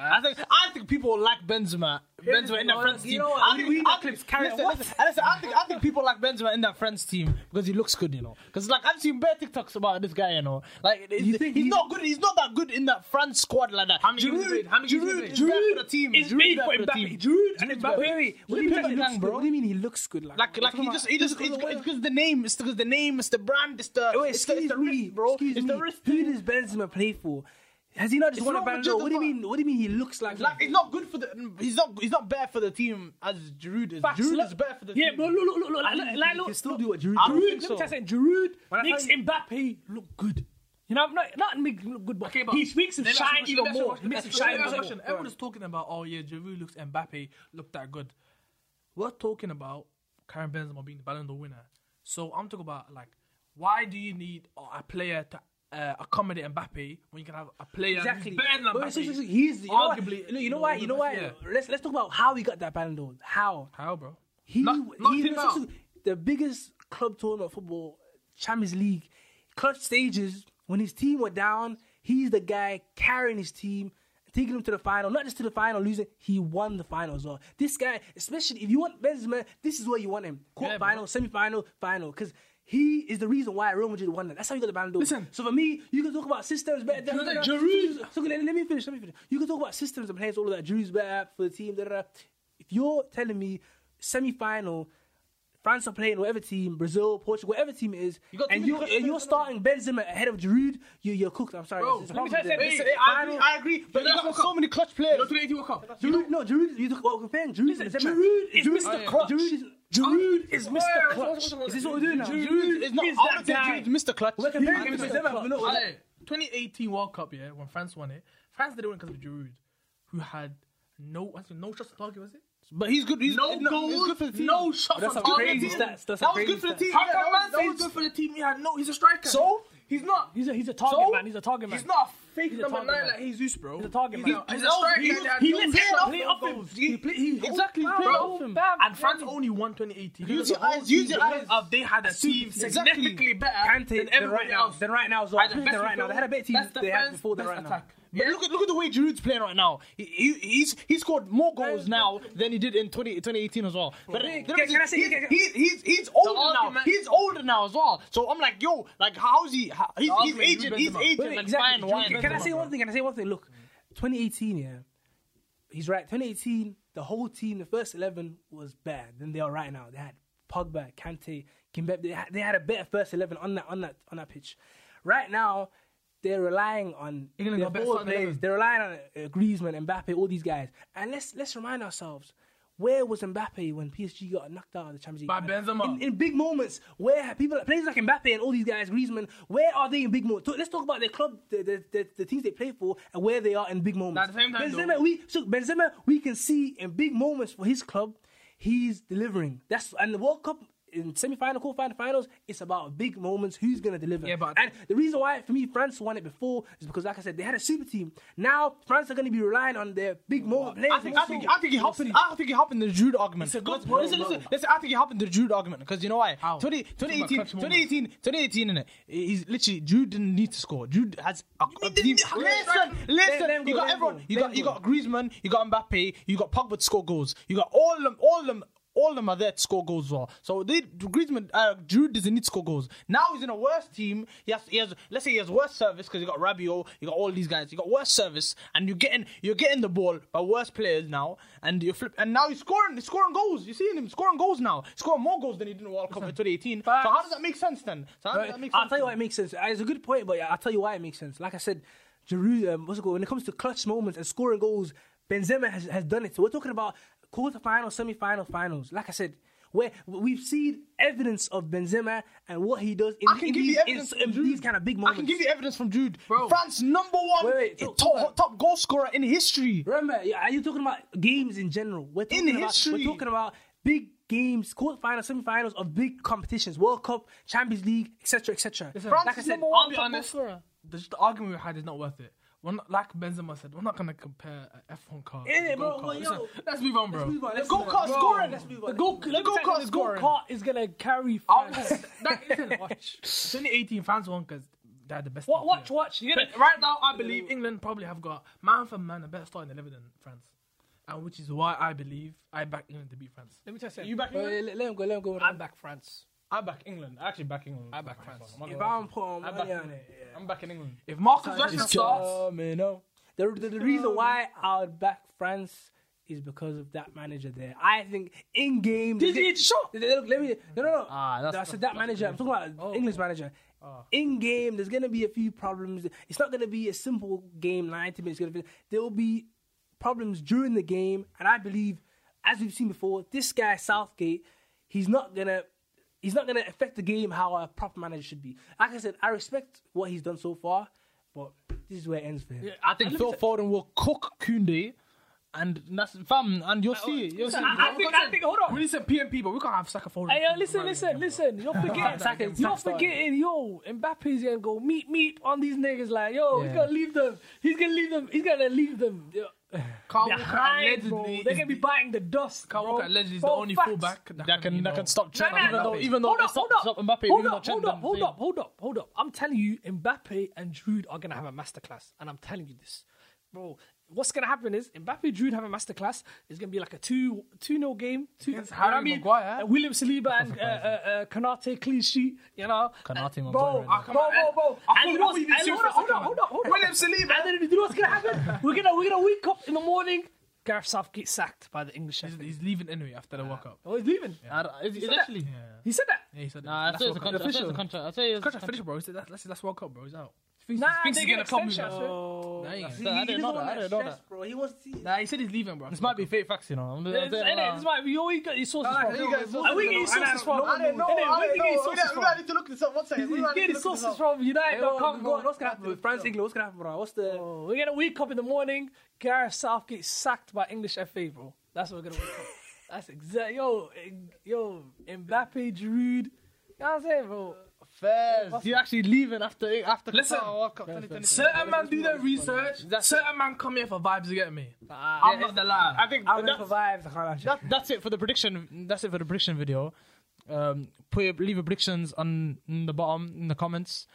I think I think people like Benzema. Benzema in that
no,
French
you
team.
know what,
I
we-
think,
we
I
need
think,
to carry
listen,
on.
listen, listen, I think I think people like Benzema in that French team because he looks good, you know. Because like I've seen bare TikToks about this guy, you know. Like he's,
think
he's
he's-
not good. He's not that good in that France squad like that.
How many games he played? How many games he
Giroud is
played?
there for the team.
It's
Giroud is
made
there
for
for the
Mbappe.
team.
Giroud and Mbappe.
Wait, wait. What do you
Look at
mean he
that
looks
gang,
good?
bro.
What do you mean he looks good? Like,
Like, like
what are you
he
talking
just,
about?
he just,
He
it's,
looks good.
it's because the name, it's because the name, it's the brand, it's the,
Wait,
it's the, it's
excuse
the
me,
wrist, bro.
Excuse
it's
me.
the wrist.
Who does Benzema play for? Has he not just
It's
won a
not
Ballon d'Or? What do you
legitimate.
mean? What do you mean he looks like?
Like it's not good for the. He's not. He's not bad for the team as Giroud is.
Facts,
Giroud
look-
is bad for the
Yeah,
team.
but look, look, look, look, like,
he
look, like,
can
look,
still
look,
do what Giroud
I
Giroud,
don't think
let me
so.
tell you, Giroud
I
makes
tell you-
Mbappe look good. You know, not, not make him look good, but,
Okay, but
he makes him
Let me ask you a question,
shine
let
even
me ask you a
more.
question,
He makes him
let me
shine
ask you a
even
question.
more.
Everyone's talking about, oh yeah, Giroud looks Mbappe looked that good. We're talking about Karen Benzema being the Ballon d'Or winner. So I'm talking about like, why do you need uh, a player to uh, accommodate Mbappe when you can have a player
Exactly.
who's better than
But
Mbappe?
it's just- he's you
Arguably,
Know why, you know
no,
why?
the
You know why?
best,
Let's let's talk about how he got that Ballon d'Or. How
How, bro?
he
Knock- knock
he
him
was
out.
the biggest club tournament football, Champions League, clutch stages. When his team were down, he's the guy carrying his team, taking them to the final. Not just to the final, losing. He won the final as well. This guy, especially if you want Benzema, this is where you want him: quarter final, semi final, final, because. He is the reason why Real Madrid won that. That's how you got the Ballon d'Or.
Listen.
So for me, you can talk about systems better than
Giroud-
so let, let me finish. Let me finish. You can talk about systems and players, all of that. Drew's better for the team. Da, da, da. If you're telling me semi-final, France are playing whatever team, Brazil, Portugal, whatever team it is,
got
and
too many
you
clutch
and you're
players,
starting Benzema ahead of Giroud, you, you're cooked. I'm sorry.
Bro,
It's a
let me
problem
tell you
there.
Hey,
Listen,
I agree.
Final-
I agree. But you
that's
got
what
so
come-
many clutch players.
You know, today he woke up.
Giroud, no, Giroud. You talk, well, comparing Giroud. to Benzema.
Giroud is Mr.
Giroud-
Clutch.
Giroud is-
Giroud is
Wait, wait,
Mr. Clutch.
wait, wait, wait.
Is this what we're doing now?
Giroud is not.
is
I
that
would say
guy.
Giroud is Mr. Clutch.
We're comparing him to
Mr.
Benzema. but no, we're not-
Aye, 2018 World Cup, yeah, when France won it, France didn't win because of Giroud, who had no actually, no shots on target, was it?
But he's good. He's
No
no, he's
goals,
good for the team.
no shots
That's
on
some
target.
crazy stats. That's some
that was
crazy
good for the
stats.
team.
How
Yeah,
come man
that was
says good for the team? He had no. He's a striker.
So?
he's not.
He's a, he's a target
So?
man. He's a target man.
He's not a fake
He's a
number
target
nine
man.
like Jesus, bro.
He's a target
he's
man.
He's
He's
a striker.
he-
that had
he
no
lets
shot
him
on
play
goal.
off him.
He play, he,
Exactly, he
Bro,
played off him.
And France only won 2018.
Use
The
your
whole
eyes, use your
team
eyes.
of- They had a team
Exactly.
significantly better
Kante,
than
then right
everybody
now,
else.
then right now as well.
Had the
Then
best
right now, they had a better team
That's the
they had
fans'
before the
best
right now.
attack.
But look at look at the way Giroud's playing right now. He, he he's he scored more goals now than he did in 20, 2018 as well. But
Can-
the difference
can I
is
say-
he's,
can- can-
he's he's he's older now.
argument-
He's older now as well. So I'm like, yo, like how's he? How, he's, he's
argument,
aging.
Giroud
He's
Benzema.
aging.
Wait,
Like
exactly.
fine wine.
Can, I say one thing? Can I say one thing? Look, 2018, yeah, he's right. 2018, the whole team, the first 11 was bad than they are right now. They had Pogba, Kante, Kimpembe. They had, they had a better first 11 on that on that on that pitch. Right now, they're relying on
England
their
got better
forward
starting
players.
11.
They're relying on uh, Griezmann, Mbappe, all these guys. And let's let's remind ourselves. Where was Mbappe when PSG got knocked out of the Champions League?
By Benzema.
In- in big moments where have people players like Mbappe and all these guys, Griezmann, where are they in big moments? So let's talk about their club, the, the, the, the teams they play for, and where they are in big moments.
At the same time,
Benzema,
though-
we so Benzema, we can see in big moments for his club, he's delivering. That's and the World Cup. In semi-final, quarter-final, finals, it's about big moments. Who's gonna deliver?
Yeah, but-
and the reason why for me France won it before is because, like I said, they had a super team. Now France are gonna be relying on their big moment players.
I think, I think, I think he hopped in. I think he hopped in the Jude argument. It's a good
point,
Listen,
bro.
listen, listen, I think he hopped in the Jude argument because you know why?
How?
20,
about
2018,
clutch moments.
2018, 2018, innit? He's literally Jude didn't need to score. Jude has a, a team.
have-
Listen,
Let-
listen.
let him go,
you
let
got
him
everyone.
go,
You
let
got
him
you
go.
got Griezmann. You got Mbappe. You got Pogba to score goals. You got all them. All them. All them are there to score goals as well. So they Griezmann, uh, Jude doesn't need to score goals. Now he's in a worse team. He has, he has let's say he has worse service because you got Rabiot, you got all these guys. You got worse service, and you're getting you're getting the ball by worse players now, and you flip, and now he's scoring, he's scoring goals. You're seeing him scoring goals now, He's scoring more goals than he did in World Cup in 2018. So how does that make sense then? So how does that make sense?
I'll tell you why it makes sense. Uh, It's a good point, but yeah, I'll tell you why it makes sense. Like I said, Giroud, um, what's it called? When it comes to clutch moments and scoring goals, Benzema has, has done it. So we're talking about quarterfinal, semi-final, finals. Like I said, where we've seen evidence of Benzema and what he does in,
I can
in
give
these,
you evidence
in, in
from
these
Jude.
kind of big
I
moments.
can give you evidence from Jude. France number one
Wait, wait, talk- talk
top, top goal scorer in history.
Remember, yeah, are you talking about games in general? We're talking about,
history.
We're talking about big games, quarterfinals, semifinals of big competitions, World Cup, Champions League, etc., etc.
France
Like I
is
said,
number one
I'll be
top goal
honest.
scorer.
The, just the argument we had is not worth it. We're not, like Benzema said, we're not gonna compare an F1 car. to
Yeah,
a
bro,
go-kart.
well, yo,
Listen, let's move on, bro.
move on,
The
let's
go-
move on.
Go-kart
Bro,
scoring.
let's move on.
The go- the
Let me tell you,
go-kart
this
scoring.
go-kart is gonna carry
I'll-
France.
that- listen, watch. 2018 France won because they had the best.
Wa-
team
Watch,
player.
watch. You
But right now, I believe England probably have got man for man a better starting eleven than France, and which is why I believe I back England to beat France.
Let me tell
You
you.
back England?
let, let him go. Let him go.
I back France.
I back England. I actually back England. I
back France.
I'm, not
If
gonna lie
I'm putting
to you. I
money
back
on
England.
it,
I'm back in England.
If Marcus Rashford
just
starts,
man, no.
the, the, the reason why I would back France is because of that manager there. I think in game.
Did he show?
Look, let me. No, no, no.
Ah, that's-
I said that manager. I'm talking about English manager. In game, there's gonna be a few problems. It's not gonna be a simple game, ninety minutes. Gonna be there will be problems during the game, and I believe, as we've seen before, this guy Southgate, he's not gonna. He's not going to affect the game how a proper manager should be. Like I said, I respect what he's done so far, but this is where it ends for him.
I think Phil Foden will cook Kunde, and that's fam. And you'll see, you'll see.
I, I think, I think, hold on.
We need some PMP, but we can't have Saka for
Hey, yo, listen, listen, listen. You're forgetting,
Saka-
you're
Saka started.
forgetting, yo, Mbappe's gonna go meet meet on these niggas. Like, yo, he's
Yeah.
gonna leave them. He's gonna leave them. He's gonna leave them yo,
Carl Walker
behind, bro.
allegedly
They're
is
gonna be
the-
biting the dust.
Carl
bro.
Walker allegedly is the
Bro,
only
facts.
fullback
That can
you
that
know,
can stop
Nah,
Trent.
nah,
even
nah.
though even though
hold
they
up,
stop,
hold up,
stop Mbappe,
hold
even though
up,
Trent
hold up,
done the
hold
same.
up, hold up, hold up. I'm telling you, Mbappe and Jude are gonna have a masterclass, and I'm telling you this, bro. What's gonna happen is Mbappe Jude have a masterclass. It's gonna be like a two two no game. Two,
Against
you know what
Harry Maguire.
Uh, William Saliba and uh, uh, uh, Kanate clean sheet. You know,
Kanate
And-
Maguire,
bro,
man.
bro, bro, bro.
I
And
thought
you know what's-
we were
and
serious
hold
for a
on, hold on,
second.
hold on, hold on.
William Saliba.
And then you know what's gonna happen? We're gonna we're gonna wake up in the morning. Gareth Southgate sacked by the English.
He's,
FA.
he's leaving anyway after the World Cup.
Oh, he's leaving.
I don't- Is is actually?
He said that.
Yeah, he said
Nah, I
that's
say it's a
World Cup.
contract. I say it's a contract. I say it's a
Contract
contract.
finished, bro. He said that's, that's, that's World Cup, bro. He's out.
Nah,
thinks
they
he's
get
gonna come
extension,
in.
I swear.
Nah,
Oh, Nah,
he ain't.
I didn't know that. I didn't know that.
Bro, he wants to see.
Nah, he said he's leaving, bro.
This might be fake facts, you know. I'm- I'm
It's,
saying,
innit?
nah.
This might be yo, you got your sources from.
you got your sources
And we get your
from.
sources from.
I didn't know.
Innit?
I
Where you get your
didn't know. We
sources
don't- we
from?
don't need to look this up. One second. We
You
don't need
get your
to look this
sources
up.
from United.com.
Go on, what's gonna happen with France England? What's gonna happen, bro? What's
Oh.
the?
Oh, We're gonna wake up in the morning. Gareth Southgate sacked by English FA, bro. That's what we're gonna wake up. That's exact. Yo, eh, yo, Mbappe, Giroud. You know what I'm saying, bro?
Fairs. He's actually leaving after after
Listen.
Qatar World Cup 2022.
Certain man do their research. Certain man come here for vibes. You get me? I'm not the lie.
I think
I'm
that's-
gonna survive. I can't actually.
that, that's it for the prediction. That's it for the prediction video. Um, put your, leave your predictions on in the bottom in the comments.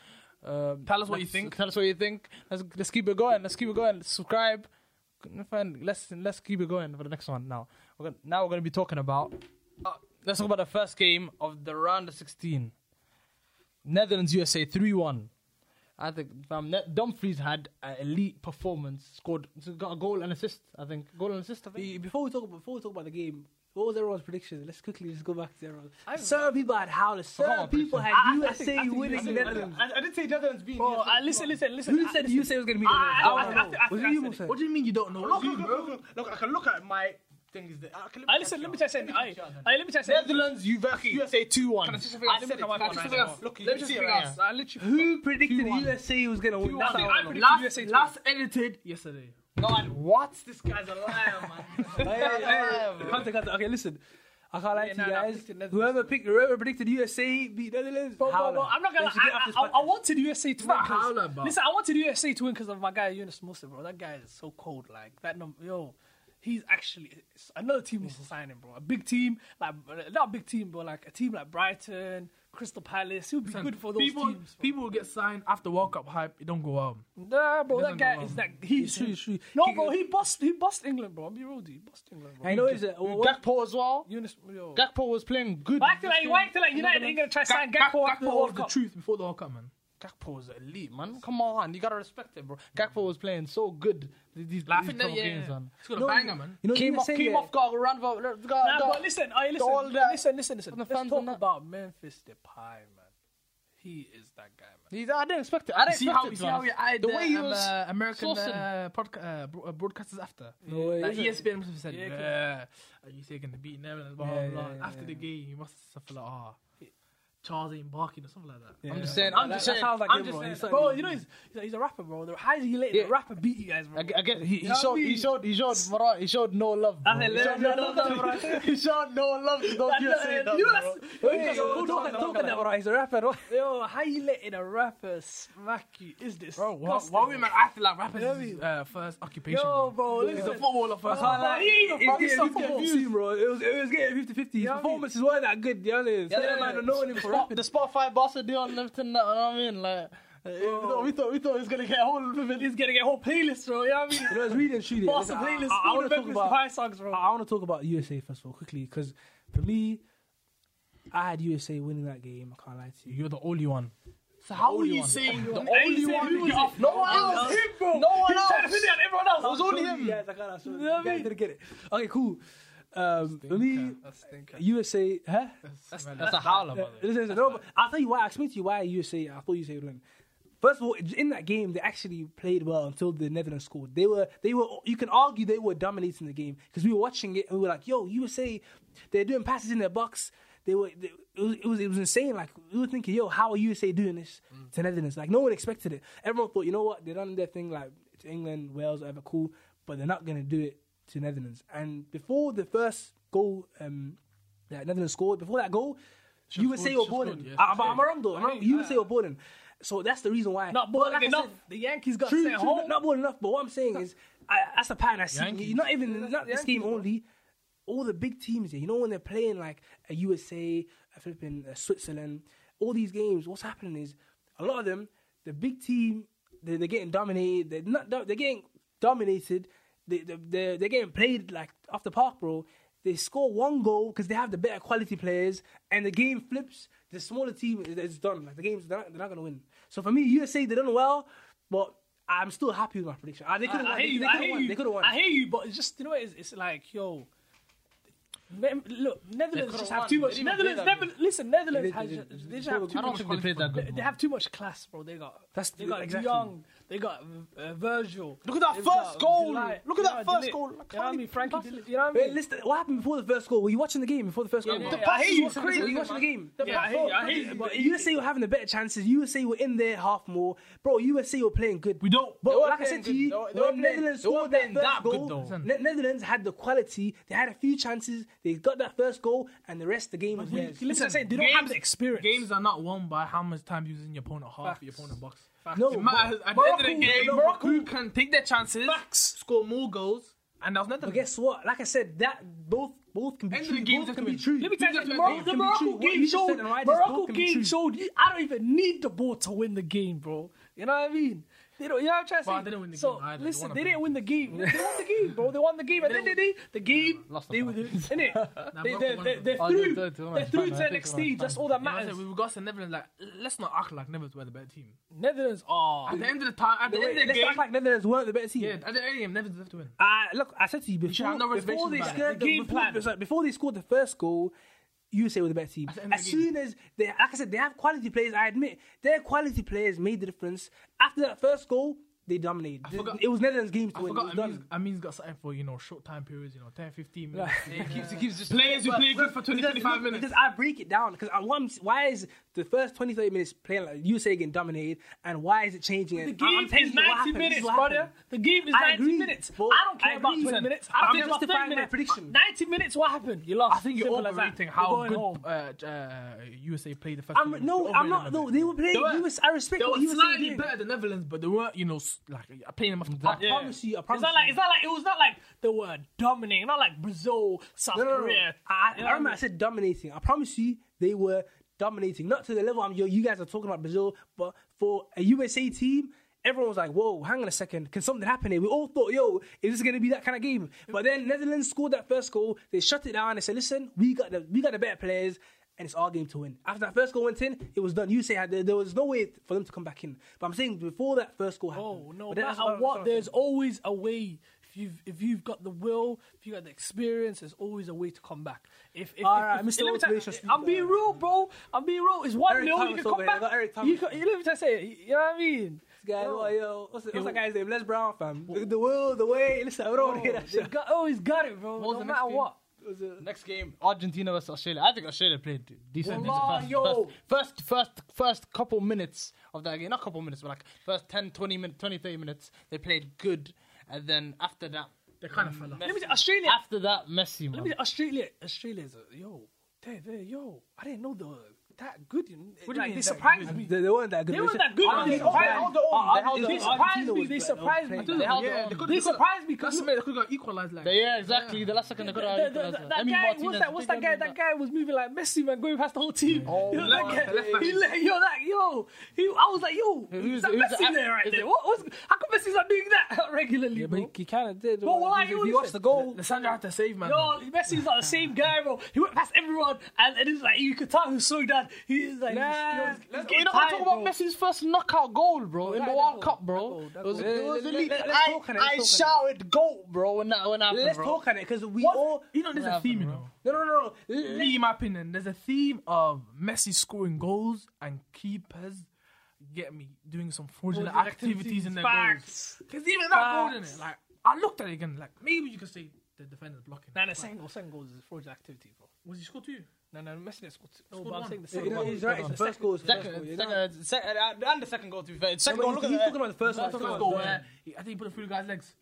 Um,
Tell us what you
let's-
think.
Tell us what you think. Let's, let's keep it going. Let's keep it going. Subscribe. Fine, Let's let's keep it going for the next one. Now we're gonna, now we're going to be talking about. Uh, let's talk about the first game of the round of 16. Netherlands USA 3 1. I think fam, Net- Dumfries had an elite performance. Scored got a goal and assist. I think goal and assist. I think.
Be- Before we talk, before we talk about the game, what was everyone's predictions? Let's quickly just go back to everyone. Certain people had howlers. Certain
on,
people had
I- I think-
USA
I think- I
winning
think-
Netherlands.
I, I didn't say Netherlands being.
Bro, uh, listen, listen, listen.
Who said USA was gonna be
I- I- I- I- I-
Netherlands?
I-
Was
I-
it you,
I-
Musa?
What do you mean you don't know?
look, look, look, look, look, I can look at my things. There. I can look
I
at
listen. Let me
your-
tell you something. Aye, aye, Let me tell you something.
Netherlands, Uva- USA 2 1. Look, you
Let me
can
just
see it
figure
right here.
out. I literally.
Who predicted
2-1.
USA was gonna win?
I
That's
think
how
I
I know.
predicted
Last,
USA.
last edited yesterday.
No, I- what? This guy's a liar, man.
Contact, contact. Okay, listen. I can't lie to
nah, nah, I
you
predicted
guys.
Netherlands.
Whoever picked, whoever predicted USA beat Netherlands.
Bro, bro, bro,
howler.
I'm not gonna.
They
Lie.
should get off
I,
this
I, I, I
podcast.
wanted USA to win.
not
'cause-
howler, bro.
Listen, I wanted USA to win because of my guy Yunus Musa, bro. That guy is so cold. Like that. Num- yo, he's actually it's another team needs to sign him, bro. A big team, like not a big team, but like a team like Brighton, Crystal Palace. He'll be good for those
people,
teams. Bro.
People who get signed after World Cup hype. It don't go out.
Nah, bro, that
doesn't
guy
belong.
is like he's
It's true, it's true.
no,
He-
bro. He bust, he bust England, bro. I'll be real, dude. He bust England, bro.
I know is it. What,
Gakpo as well.
Yunus, yo.
Gakpo was playing good.
Why acting like, why acting like United ain't gonna try to sign Gakpo after the World
the
Cup?
truth before the World Cup, man.
Gakpo was elite, man. Come on, you gotta respect it, bro. Gakpo was playing so good these, these
Like, I
these
think
couple
that, yeah,
games, man.
It's got a banger, man.
you know,
Came off,
USA,
came
yeah.
off, got a round of. Got,
Nah,
got,
but listen, I listen,
all that-
listen, listen, listen.
the
Let's
fans
talk
and that.
about Memphis Depay, man. He is that guy, man.
He's- I didn't expect it. I didn't
See
expect
how,
it.
see
to be
how he
honest.
eyed
the way he
um,
was
uh, American
sourcing.
uh, podca- uh, bro- uh, broadcasters after.
No way,
Like E
is it?
ESPN must have said,
Yeah,
yeah,
'cause-
are you taking the beating them and blah, blah,
Yeah,
blah.
yeah, yeah,
after the game, you must have felt like, ah, Charles ain't barking or something like that.
I'm just saying. I'm
oh, That-
just
that
saying.
sounds like
I'm
him,
just
bro.
saying.
He's like-
Bro, you know he's he's a- he's a rapper, bro. The- How is he letting
Yeah.
the rapper beat you guys, bro?
I, gu- I guess he, he
know what I
showed he
mean?
showed he showed bro, he showed no love. Bro.
said,
He
let
showed
him
no
know
love,
that,
bro. He showed no love to those
That-
USA.
that- you know
dogs,
that's-
bro.
Hey, yo, talk- talk on that, bro. He's a rapper.
Yo, how you letting a rapper smack you? Is this
Bro, why,
disgusting?
why we man acting like rappers
Yeah,
is his
we-
uh, first occupation?
Yo, bro,
He's a
listen.
footballer first.
can't lie.
Like,
he ain't even
it's
fucking
getting
football.
50-50, bro. It was it was getting 50-50. His
Yeah, I mean-
performances weren't that good, to be honest.
Yeah,
Certain
yeah,
man
yeah.
are knowing him for
Spot-
rapping.
the Spotify boss are doing lifting that. You know what I mean? Like uh,
Oh.
we thought we thought he was gonna get a whole of it.
He's gonna get a whole playlist, bro. You know what I mean?
You know, it's really and truly.
Boss
Listen,
of
I-
playlist.
I- I
full
wanna
of
talk
Memphis
about-
Depay songs, bro.
I want to talk about USA first of all quickly because for me, I had USA winning that game. I can't lie to you.
You're the only one.
So how are
only
you
one.
saying the
only
only
one who
one?
can off- No one else. No one else.
everyone else.
It was only him.
Yes, I can't. You guys didn't get it. Okay, cool. Um, for me,
That's thinking.
USA, huh?
That's a howler, brother.
Listen, listen, no, but I'll tell you why. I'll explain to you why USA. I thought USA would win. First of all, in that game, they actually played well until the Netherlands scored. They were, they were. You can argue they were dominating the game because we were watching it and we were like, "Yo, USA, they're doing passes in their box." They were. They, it, was, it was. It was insane. Like we were thinking, "Yo, how are USA doing this to Netherlands?" Like no one expected it. Everyone thought, you know what? They're done their thing, like to England, Wales, whatever, cool. But they're not gonna do it to Netherlands. And before the first goal, um, that Netherlands scored, before that goal, you would say
scored-
you're
should
Borden.
scored, yes.
I, but I'm wrong though. I'm wrong. You would say you're Borden. So that's the reason why.
Not
But
balling
like I
enough.
said,
the Yankees got
True,
sent
true,
home.
not ball enough. But what I'm saying is, I, that's the pattern I see.
Yankees.
Not even not this game only. All the big teams here. You know when they're playing like a USA, a flipping a Switzerland, all these games. What's happening is a lot of them, the big team, they're, they're getting dominated. They're not. do- They're getting dominated. They, they- they're, they're getting played like off the park, bro. They score one goal because they have the better quality players, and the game flips. The smaller team is, is done. Like the game's, they're not, they're not gonna win. So for me, USA they done well, but I'm still happy with my prediction. Ah, They could have
I
won.
hear
They,
you. I
could have
hear
won.
you.
They could have won.
I hear you, but it's just you know what it is? It's like yo. Ne- Look, Netherlands
could've
just have
won.
too
They
much.
didn't play
Netherlands,
that
never, listen, Netherlands
They
has
did,
just,
they did.
they just have too
I don't
much.
think they played that
They,
good.
they have too much class, bro. They got
That's
they
the-
got
exactly.
Young, they got uh, Virgil.
Look at that
They've
first
got
goal.
Delight.
Look at
You
that
know,
first
Delict.
goal.
You know
I
what I
can't
mean?
even
Frankie,
pass it.
Delict, you know what I
Wait,
mean?
listen, what happened before the first goal? Were you watching the game before the first goal?
yeah.
Were
The
I hear
passes
you.
were
I
crazy.
hear
you
you,
watching the game?
Yeah, I hear you. I hear you.
But USA were having the better chances. USA were in their half more. Bro, USA were playing good. We don't. But
They were
like I
playing
said to
good.
you,
They were- they
when
were playing-
Netherlands
they were
scored that
playing
first
that good
goal,
though.
Ne- Netherlands had the quality. They had a few chances. They got that first goal, and the rest of the game was theirs.
Listen, I'm saying they don't have the experience.
Games are not won by how much time you using your opponent half, your opponent box.
No,
It matters at the end of the game
Morocco-
who can take their chances, score more goals, and that's nothing.
But guess what? Like I said, that both both can be
End of
true.
the game,
both
just
can
win.
be true.
Let me tell you,
Both
the,
can
Mor-
be
the
true.
Morocco
What you
game
just
showed.
said and why this
Morocco
both can be
game
true.
showed. you- I don't even need the ball to win the game, bro. You know what I mean? They don't. You know what I'm trying to
But
say?
they didn't win the
so
game either. They
listen,
won a
they
penalty.
didn't win the game. They won the game, bro. They won the game. At the end of the day, the game.
Lost the
They were
penalty.
in it. They
Morocco
they
won
they
the
game. Oh, they-
they're through.
they won
They're
it.
through
Fine,
to
I
the
think
next
they won it.
stage. That's all
You know
that
what I'm
matters.
saying? With regards to Netherlands, like let's not act like Netherlands were the better team.
Netherlands. Oh,
At the end of the time, at the end of the
Let's
game,
act like Netherlands weren't the better team.
yeah, at the end of the game, Netherlands have to win.
I Uh, look, I said to you
should
before,
have no
before
reservations
they
about it.
scored
The
the,
game
before,
plan.
sorry, before they scored the first goal, USA were the better team.
At the end of
As
the game.
soon as they, like I said, they have quality players. I admit their quality players made the difference. After that first goal, they dominated.
forgot-
it was Netherlands' game to
I
win. It was
forgot Amin's,
done.
Amin's got something for you know short time periods, you know 10, 15 minutes.
Right.
He keeps, he keeps just players who play good for 20,
Because-
25
look,
minutes.
Because I break it down. Because I want, why is the first 20, 30 minutes playing like USA getting dominated, and why is it changing?
The
And I-
game
I'm telling
is
you what
90
happened. This
minutes,
what happened.
brother. The game is
I
90
agree,
minutes.
but
I don't
I
care about
agree.
20 minutes.
I'm
I think about 30
justifying my
minutes.
prediction.
90 minutes, what happened? You lost.
I think you're
Simple as that.
overrating
You're
how
going home.
good uh, uh, USA played the first.
I'm,
game. You're
no, I'm
overrating
not.
them a
No,
bit.
they were playing.
They were-
US. I respect
They
what
were
USA
slightly
did.
better than Netherlands, but they weren't, you know, s- like I playing them off the
I
back.
promise you. I
It's
promise
not
you.
like it's not like it was not like they were dominating. Not like Brazil, South
No, no, no.
Korea. Ah,
I,
You know
I
what
remember I
mean?
said dominating. I promise you, they were dominating. Not to the level I'm, you, you guys are talking about Brazil, but for a USA team, everyone was like, whoa, hang on a second. Can something happen here? We all thought, yo, is this going to be that kind of game? But then Netherlands scored that first goal. They shut it down. They said, listen, we got the, we got the better players. And it's our game to win. After that first goal went in, it was done. You say there there was no way for them to come back in. But I'm saying before that first goal happened.
Oh no!
but then that's
matter
I'm
what,
saying.
there's always a way. If you've if you've got the will, if you have got the experience, there's always a way to come back. If, if,
All
if-
right,
if-
Mr.
let me tell-
Motivational Speaker.
I'm being real, bro. I'm being real. It's one
Eric
nil. You
Thomas
can
over
come
here. I
back.
got Eric
you,
Thomas.
can, you let me just say. You know what I mean?
guy,
Yo.
what, yo, what's, what's that guy's name? Les Brown, fam. The, the world, the way. Listen, I don't want to hear that
They
shit.
got, always got it, bro.
was
no
the next
matter
game?
what.
Next game, Argentina versus Australia. I think Australia played decent.
Wallah,
decent
yo.
first, first, first, first couple minutes of that game, not couple minutes, but like first 10, 20, min- 20 30 minutes, they played good. And then after that,
They kind of fell off.
Let me say, Australia.
after that, Messi,
Let
man.
me say, Australia. Australia's a, yo. They're, they're, yo. I didn't know they were that good. You know,
do you
like,
mean
they
that
surprised
good?
me.
They, they weren't that good.
They weren't that good.
Argentina
They
was
surprised-
bad.
hold on,
hold on. Argentina
They
Argentina-
surprised me.
was
They
bad.
surprised me.
playing
They held
yeah,
on.
they could,
They surprised me
That's
because
the minute they could have equalized. Like,
They- yeah, exactly. The last second they could
The-
have
the- the- that guy, what's that? What's that guy? That guy was moving like Messi, man, going past the whole team.
Oh,
you know,
wow.
that
Left
guy,
back.
he, like, yo, that, yo, he, I was like, yo,
Who's-
is that
who's
Messi
the-
there right
is
there?
it-
What was? How come Messi's not doing that regularly,
Yeah, but
bro?
he, he kind of did.
But what are
If
you
you watch
listening-
the goal.
Lissandra had to save man.
Oh, Yo, Messi's not the same guy, bro. He went past everyone, and, and it's like you could tell he was slowing down man. He is like,
Nah,
he was-
let's you know, I'm talking about Messi's first knockout goal, bro, in the
that-
World
that
Cup,
goal,
bro.
that
It was,
goal.
it was
Let-
elite.
let- let's
I,
talk on it, let's
I
talk on it.
shouted goat, bro, when that when that happened,
Let's
bro.
talk on it because we
What?
all.
you know, there's a
happened,
theme, you
bro?
know.
No, no, no, no.
Me, in my opinion, there's a theme of Messi scoring goals and keepers get me doing some fraudulent activities in their
Facts.
goals. Because even that goal in it, like I looked at it again, like maybe you could say the defender's blocking.
Nah,
That
the
is
second goal, second goal is a fraudulent activity, bro.
was he scored two?
No, no, Messi didn't score two.
No, but I'm
one.
saying the
You
second
know,
goal.
he's right. It's the first goal. It's the first goal.
Second,
you know?
second, second, uh, and the second goal. To be fair, second
No,
goal.
but
Look at
he's he's talking
that.
about the first one.
That's the
he's
first
talking
goal
about the
where he, I think he put it through the guy's legs.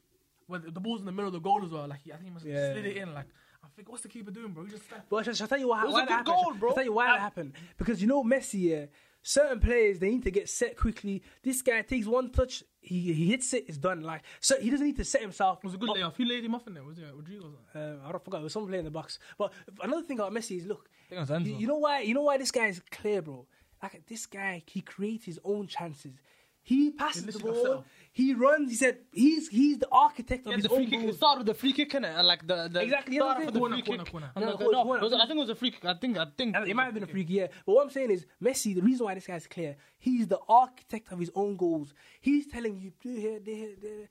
Where the, the ball's in the middle of the goal as well. Like he, I think he must have
Yeah.
slid it in. Like I think, what's the keeper doing, bro? He just stepped.
Well, shall, shall I tell you what happened?
was a
why that
good goal,
happened? Shall-
bro.
Shall I tell you why that happened? Because you know Messi, yeah, certain players they need to get set quickly. This guy takes one touch, he, he hits it, it's done. Like so, he doesn't need to set himself.
It was a good layoff. He laid him off in there. Was it Rodrigo? or something?
Um, I don't forgot. It was some player in the box. But another thing about Messi is look,
it was Enzo.
you, you know why? You know why this guy is clear, bro. Like this guy, he creates his own chances. He passes the
listen
ball.
himself.
He runs. He said he's he's the architect of
Yeah,
his
the free
own
kick. It
goals.
started with the free kick, innit? And like the, the
Exactly, yeah,
Started
okay.
with the
Corner,
free
corner,
kick.
corner.
And
No,
like,
corner,
no,
corner.
it was- I think it was a free kick. I think. I think.
And it might have been a freaky year. But what I'm saying is, Messi, the reason why this guy's clear, he's the architect of his own goals. He's telling you, do here, do here, do here.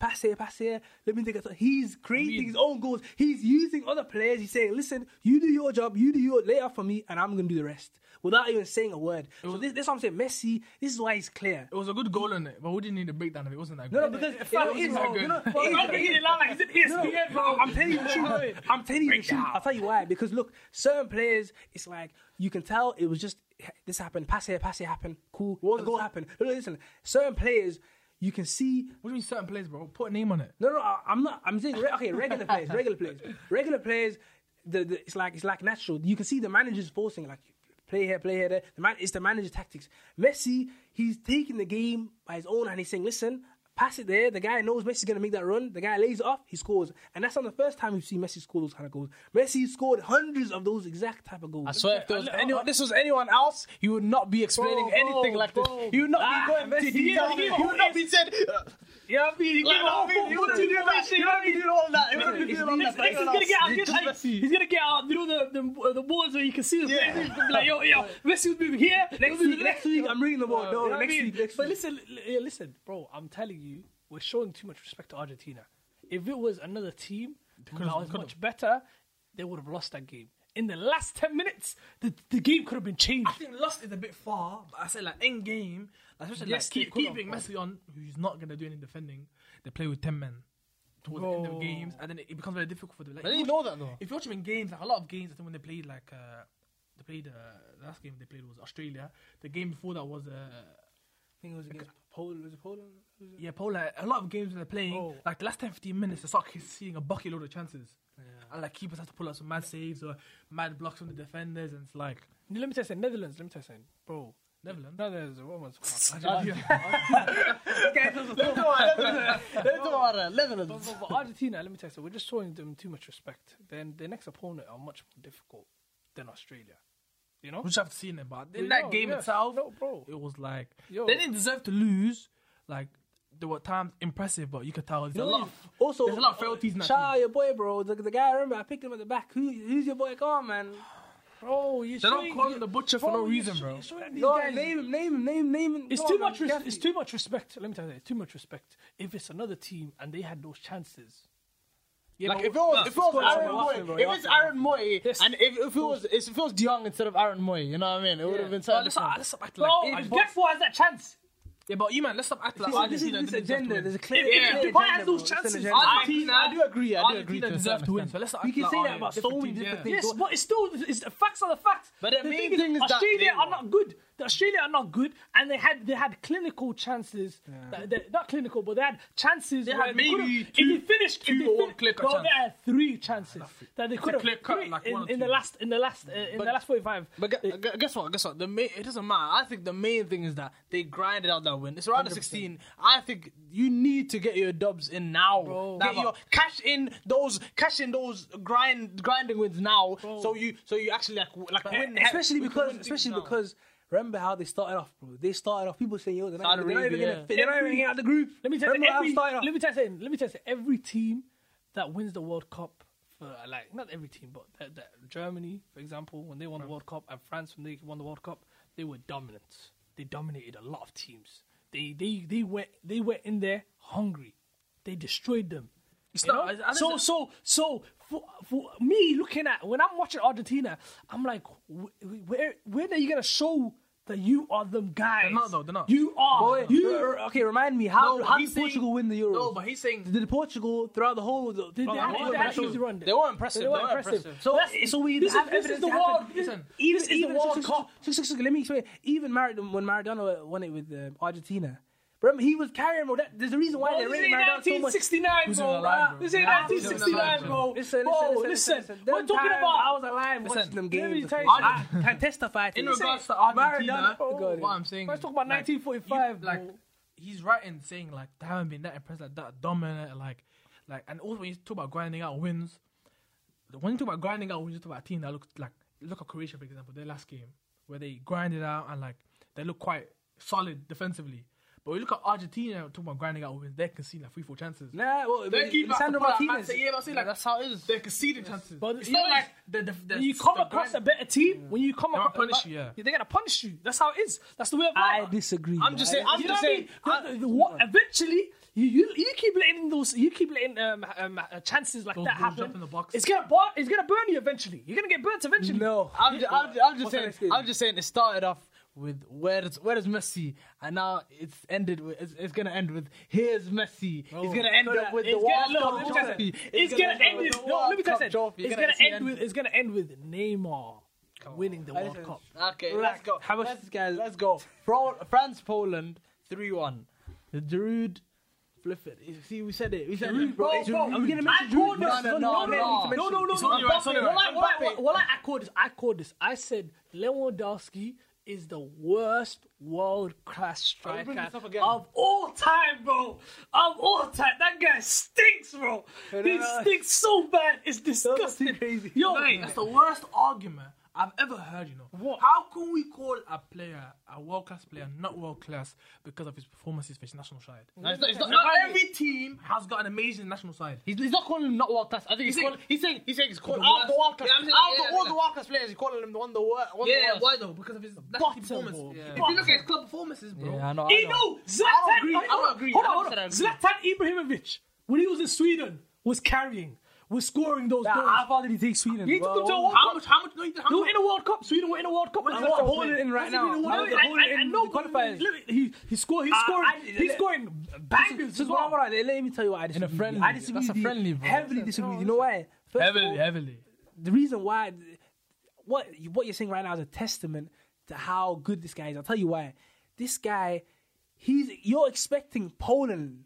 Pass here, pass here. Let me take a. He's creating his own goals. He's using other players. He's saying, "Listen, you do your job. You do your lay off for me, and I'm gonna do the rest." Without even saying a word. So this, this is what I'm saying. Messi. This is why he's clear.
It was a good goal in it, but we didn't need a breakdown if it wasn't that
No, no,
good.
because
If
you
that
know,
wasn't
it's-
that
you know,
good.
but it's- No, no, no, I'm telling you the truth. I'm telling you the truth. I'll tell you why. Because look, certain players, it's like you can tell it was just this happened, pass here, pass here happened, cool, what goal happened. No, no, listen, certain players, you can see.
What do you mean certain players, bro? Put a name on it.
No, no, I- I'm not. I'm saying re- okay, regular players, regular players, regular players. The, the, it's like it's like natural. You can see the manager's forcing like play here, play here, there. The man, it's the manager's tactics. Messi, he's taking the game by his own hand. He's saying, listen. Pass it there. The guy knows Messi's gonna make that run. The guy lays it off. He scores, and that's not the first time we've seen Messi score those kind of goals. Messi scored hundreds of those exact type of goals.
I swear, if there was anyone, this was anyone else, you would not be explaining
Bro, bro,
anything like
bro.
this. You would not
Ah,
be going
Messi,
into detail.
he- he-
You would not be said. uh,
Yeah, I mean, he
Like,
gave up.
no,
He
you
wouldn't
wouldn't
do
do
that.
that.
He
You wouldn't
wouldn't
be doing all that. You wouldn't be
It's-
doing all
He's,
that.
he's gonna get out. He's
Just
gonna,
Messi.
he's gonna get out. You know the the, the balls where you can see the yeah. players. he's Like yo, yo, Messi was moving here.
next week, next week, I'm reading the ball.
You know
No,
what I
next
mean?
week, next
But
week.
listen, li- yeah, listen, bro. I'm telling you, we're showing too much respect to Argentina. If it was another team that was much better, they would have lost that game. In the last ten minutes, the, the game could have been changed.
I think lost is a bit far, but I said like end game, like, especially
Yes,
like, keep,
keep-
keeping Messi on, who's not gonna do any defending. They play with ten men towards the end of games, and then it, it becomes very difficult for them. Like,
I
if
didn't
you
know
watch-
that though.
If you watch them in games, like a lot of games, I think when they played like uh, they played uh, last game they played was Australia. The game before that was uh,
I think it was against Poland. Was it Poland?
yeah, Paul, like, a lot of games they're playing, like the last 10 15 minutes, they start ki- seeing a bucket load of chances. And like keepers have to pull out some mad saves or mad blocks from the defenders, and it's like,
Let me tell you, something, Netherlands. Let me tell you, something, bro.
Netherlands.
Netherlands, what was
Don't worry, Netherlands.
but, but Argentina, let me tell you, something, we're just showing them too much respect. Then their next opponent are much more difficult than Australia. You know,
We just have seen it, but in
We
that
know,
game
yeah.
itself,
No, bro.
it was like,
Yo.
they didn't deserve to lose. Like, there were times impressive, but you could tell there's a lot. Of,
Also,
there's a lot of frailties in that
Shaw,
team.
your boy, bro. The, the guy I remember, I picked him at the back. Who, who's your boy? Come on, man.
bro, you
They don't call him the butcher for no reason, bro.
No, name him, name him, name him, name him.
It's
Come
too
on, man,
much. Res-
carefully.
it's too much respect. Let me tell you, it's too much respect. If it's another team and they had those chances,
Like if it was, if it
scored
was Aaron
someone
Moy,
else, bro,
if it's Aaron Moy,
Yes.
and if, if it was, if it was De Jong instead of Aaron Moy, you know what I mean? It would have been something.
But let's
different.
not, let's stop acting like.
and
but-
guess what has that chance?
yeah, but you man, let's stop acting like
See, This is
Argentina didn't deserve
this
to
agenda.
win.
There's a clear.
If
clear
Dubai has
agenda,
those
bro. It's an
chances,
agenda.
I-
Argentina, I do agree. I do agree.
Argentina
to a
deserve
certain
to win,
extent.
so let's not
You
act
can
like
say
all
that about so many different things.
Yes,
Don't-
but it's still it's, the facts are the facts.
But the main thing is that
Australia
they
are
won.
not good. The Australia are not good, and they had they had clinical chances. That, that- not clinical, but they had chances. They
had
they could've-
maybe
if
two-
they finished,
two
if they
or
fin-
one clear-cut
no,
chance.
they had three chances that they could have
clear-cut,
three
like one
in,
or
in the
two.
last in the last uh, in the last forty five.
But uh, gu- gu- guess what? Guess what? The main, it doesn't matter. I think the main thing is that they grinded out that win. It's around the 16. I think you need to get your dubs in now. Get your cash in those cash in those grind grinding wins now. So you so you actually like w- like win.
Especially
we can
because,
win things
especially
now.
because. Remember how they started off, bro? They started off. People saying, "Yo, they're not,
Saudi
they're not even
Arabia,
gonna
yeah.
fit. They're not even
Every-
getting out the group."
Let me tell you,
Remember how it
every,
started off.
let me tell you, something, let me tell you, something, every team that wins the World Cup for uh, like not every team, but the, the- Germany, for example, when they won
Mm.
the World Cup, and France when they won the World Cup, they were dominant. They dominated a lot of teams. They they they went they went in there hungry. They destroyed them.
It's
You
not-
know?
I- I think
so
that-
so so for, for me looking at when I'm watching Argentina, I'm like, wh- where when are you gonna show that you are them guys?
They're not though, they're not.
You are.
Oh,
you
okay, remind me how,
No,
how
he's
did
saying-
Portugal win the Euros?
No, but he's saying
did Portugal throughout the whole? Did they,
they had-
they
they
had
had easy run there.
They were impressive. They were impressive.
So, so we
this is-
have
this is
evidence
the
it happened.
World- listen,
even,
this is the
even-
World
so- so-
Cup.
so- so- so- let me explain. Even Maradona, when Maradona won it with um, Argentina, remember he was carrying. Well, that, there's a reason why they
Oh, this
rated
ain't
Maradona so much.
1969,
Who's in
bro.
the line, bro?
This ain't
Yeah, who's in the line,
1969, bro.
Listen,
Bro,
listen,
listen.
listen,
We're
Them
talking
times
about.
I was alive watching
let
them
me
games.
tell you
I can testify. to
in
this.
regards to
Maradona-
Argentina,
Oh, God.
what I'm saying.
Let's
is,
talk about
like,
1945,
you- like
bro.
he's right in saying like they haven't been that impressed, like that dominant, like like. And also when you talk about grinding out wins, the- when you talk about grinding out wins, you talk about a team that looks like look at Croatia for example, their last game where they grinded out and like they look quite solid defensively. But we look at Argentina talking about grinding out wins, they're conceding like three four chances.
Nah, well,
Their keeper has to
Lisandro
pull out
Martinez.
and say, yeah, but I'm saying, like
That's how it is.
they're conceding chances.
But
it's
you
not
know,
like the, the, the
When you come
the
across a
grind-
better team, when you come
They're
across,
gonna punish you, yeah.
they're gonna punish you. That's how it is. That's the way of
I
life.
disagree.
I'm just saying. I'm
you know
just
what I mean?
saying. I-
The- the- what- eventually, you, you you keep letting those, you keep letting um, um, uh, chances like
Those
that
balls
happen.
up in the box.
It's gonna burn. It's gonna burn you eventually. You're gonna get burnt eventually.
No.
I'm just, I'm, ju- I'm just
What's the
saying.
next game?
I'm just saying. It started off with where's where's Messi, and now it's ended. With, it's, it's gonna end with here's Messi. it's gonna end up with the
It's
World
gonna,
Cup
look, let me tell
trophy.
you, it's gonna end
with
with
the
no. Let me
World
tell
Cup
you,
trophy.
it's gonna end with it's gonna end with Neymar winning the World Cup.
Okay, let's go.
How much-
let's, guys, let's go. Fro- France Poland three one. The Giroud. Flip it. You See, we said it. We said it.
bro, bro, are we gonna mention
I
Giroud?
called us.
No, no,
No,
no,
no,
no.
no.
No, no,
It's
no,
only
no.
right, it's only
Mbappe,
right.
well, I- well, I-
Mbappe.
well, I I called this. I called this. I said Lewandowski is the worst world class
we bring
striker
this up again?
of all time, bro. Of all time, Oh, that guy stinks, bro. He
no.
stinks so bad. It's disgusting.
crazy.
Yo,
Mate, that's the worst argument I've ever heard. You know,
What?
how can we call a player a world class player not world class because of his performances for his national side?
No, it's not- it's not-
Not
not
every team has got an amazing national side.
He's, he's not calling him not world class. I think he's,
He's
calling, he's saying he's saying he's calling
The
out of the
worst.
world class.
Yeah, I'm saying-
out of
yeah,
the, all
yeah.
the world class players, he's calling him the one the worst. One the worst.
why though? Because of his national
Bottom,
performance.
bro.
If you look at his club performances, bro,
Yeah, I know. I
He
know.
know Zlatan.
agree, I don't agree,
Hold
I
on,
don't
hold on.
say I
Zlatan Ibrahimovic, when he was in Sweden, was carrying, was scoring those goals.
How far did he take Sweden?
He took
Well,
them to a World
how
Cup.
much? How much? No, you- how
They were
much?
in a World Cup. Sweden were in a World Cup.
What's
That's
the
what I'm
holding
saying.
in right
That's
now?
even
How
worse.
is it
I-
holding
I- I
in
know
the qualifiers?
he- He he scored. He's
Uh,
scoring.
I-
He's scoring bangers
This
as
is what I
well.
want to- Let me tell you what I
a
disagree. with you.
friendly,
I disagree
that's a
with you.
friendly, bro.
Heavily disagree. with You You know why? First of all,
heavily.
the reason why what what you're saying right now is a testament to how good this guy is. I'll tell you why. This guy, he's you're expecting Poland.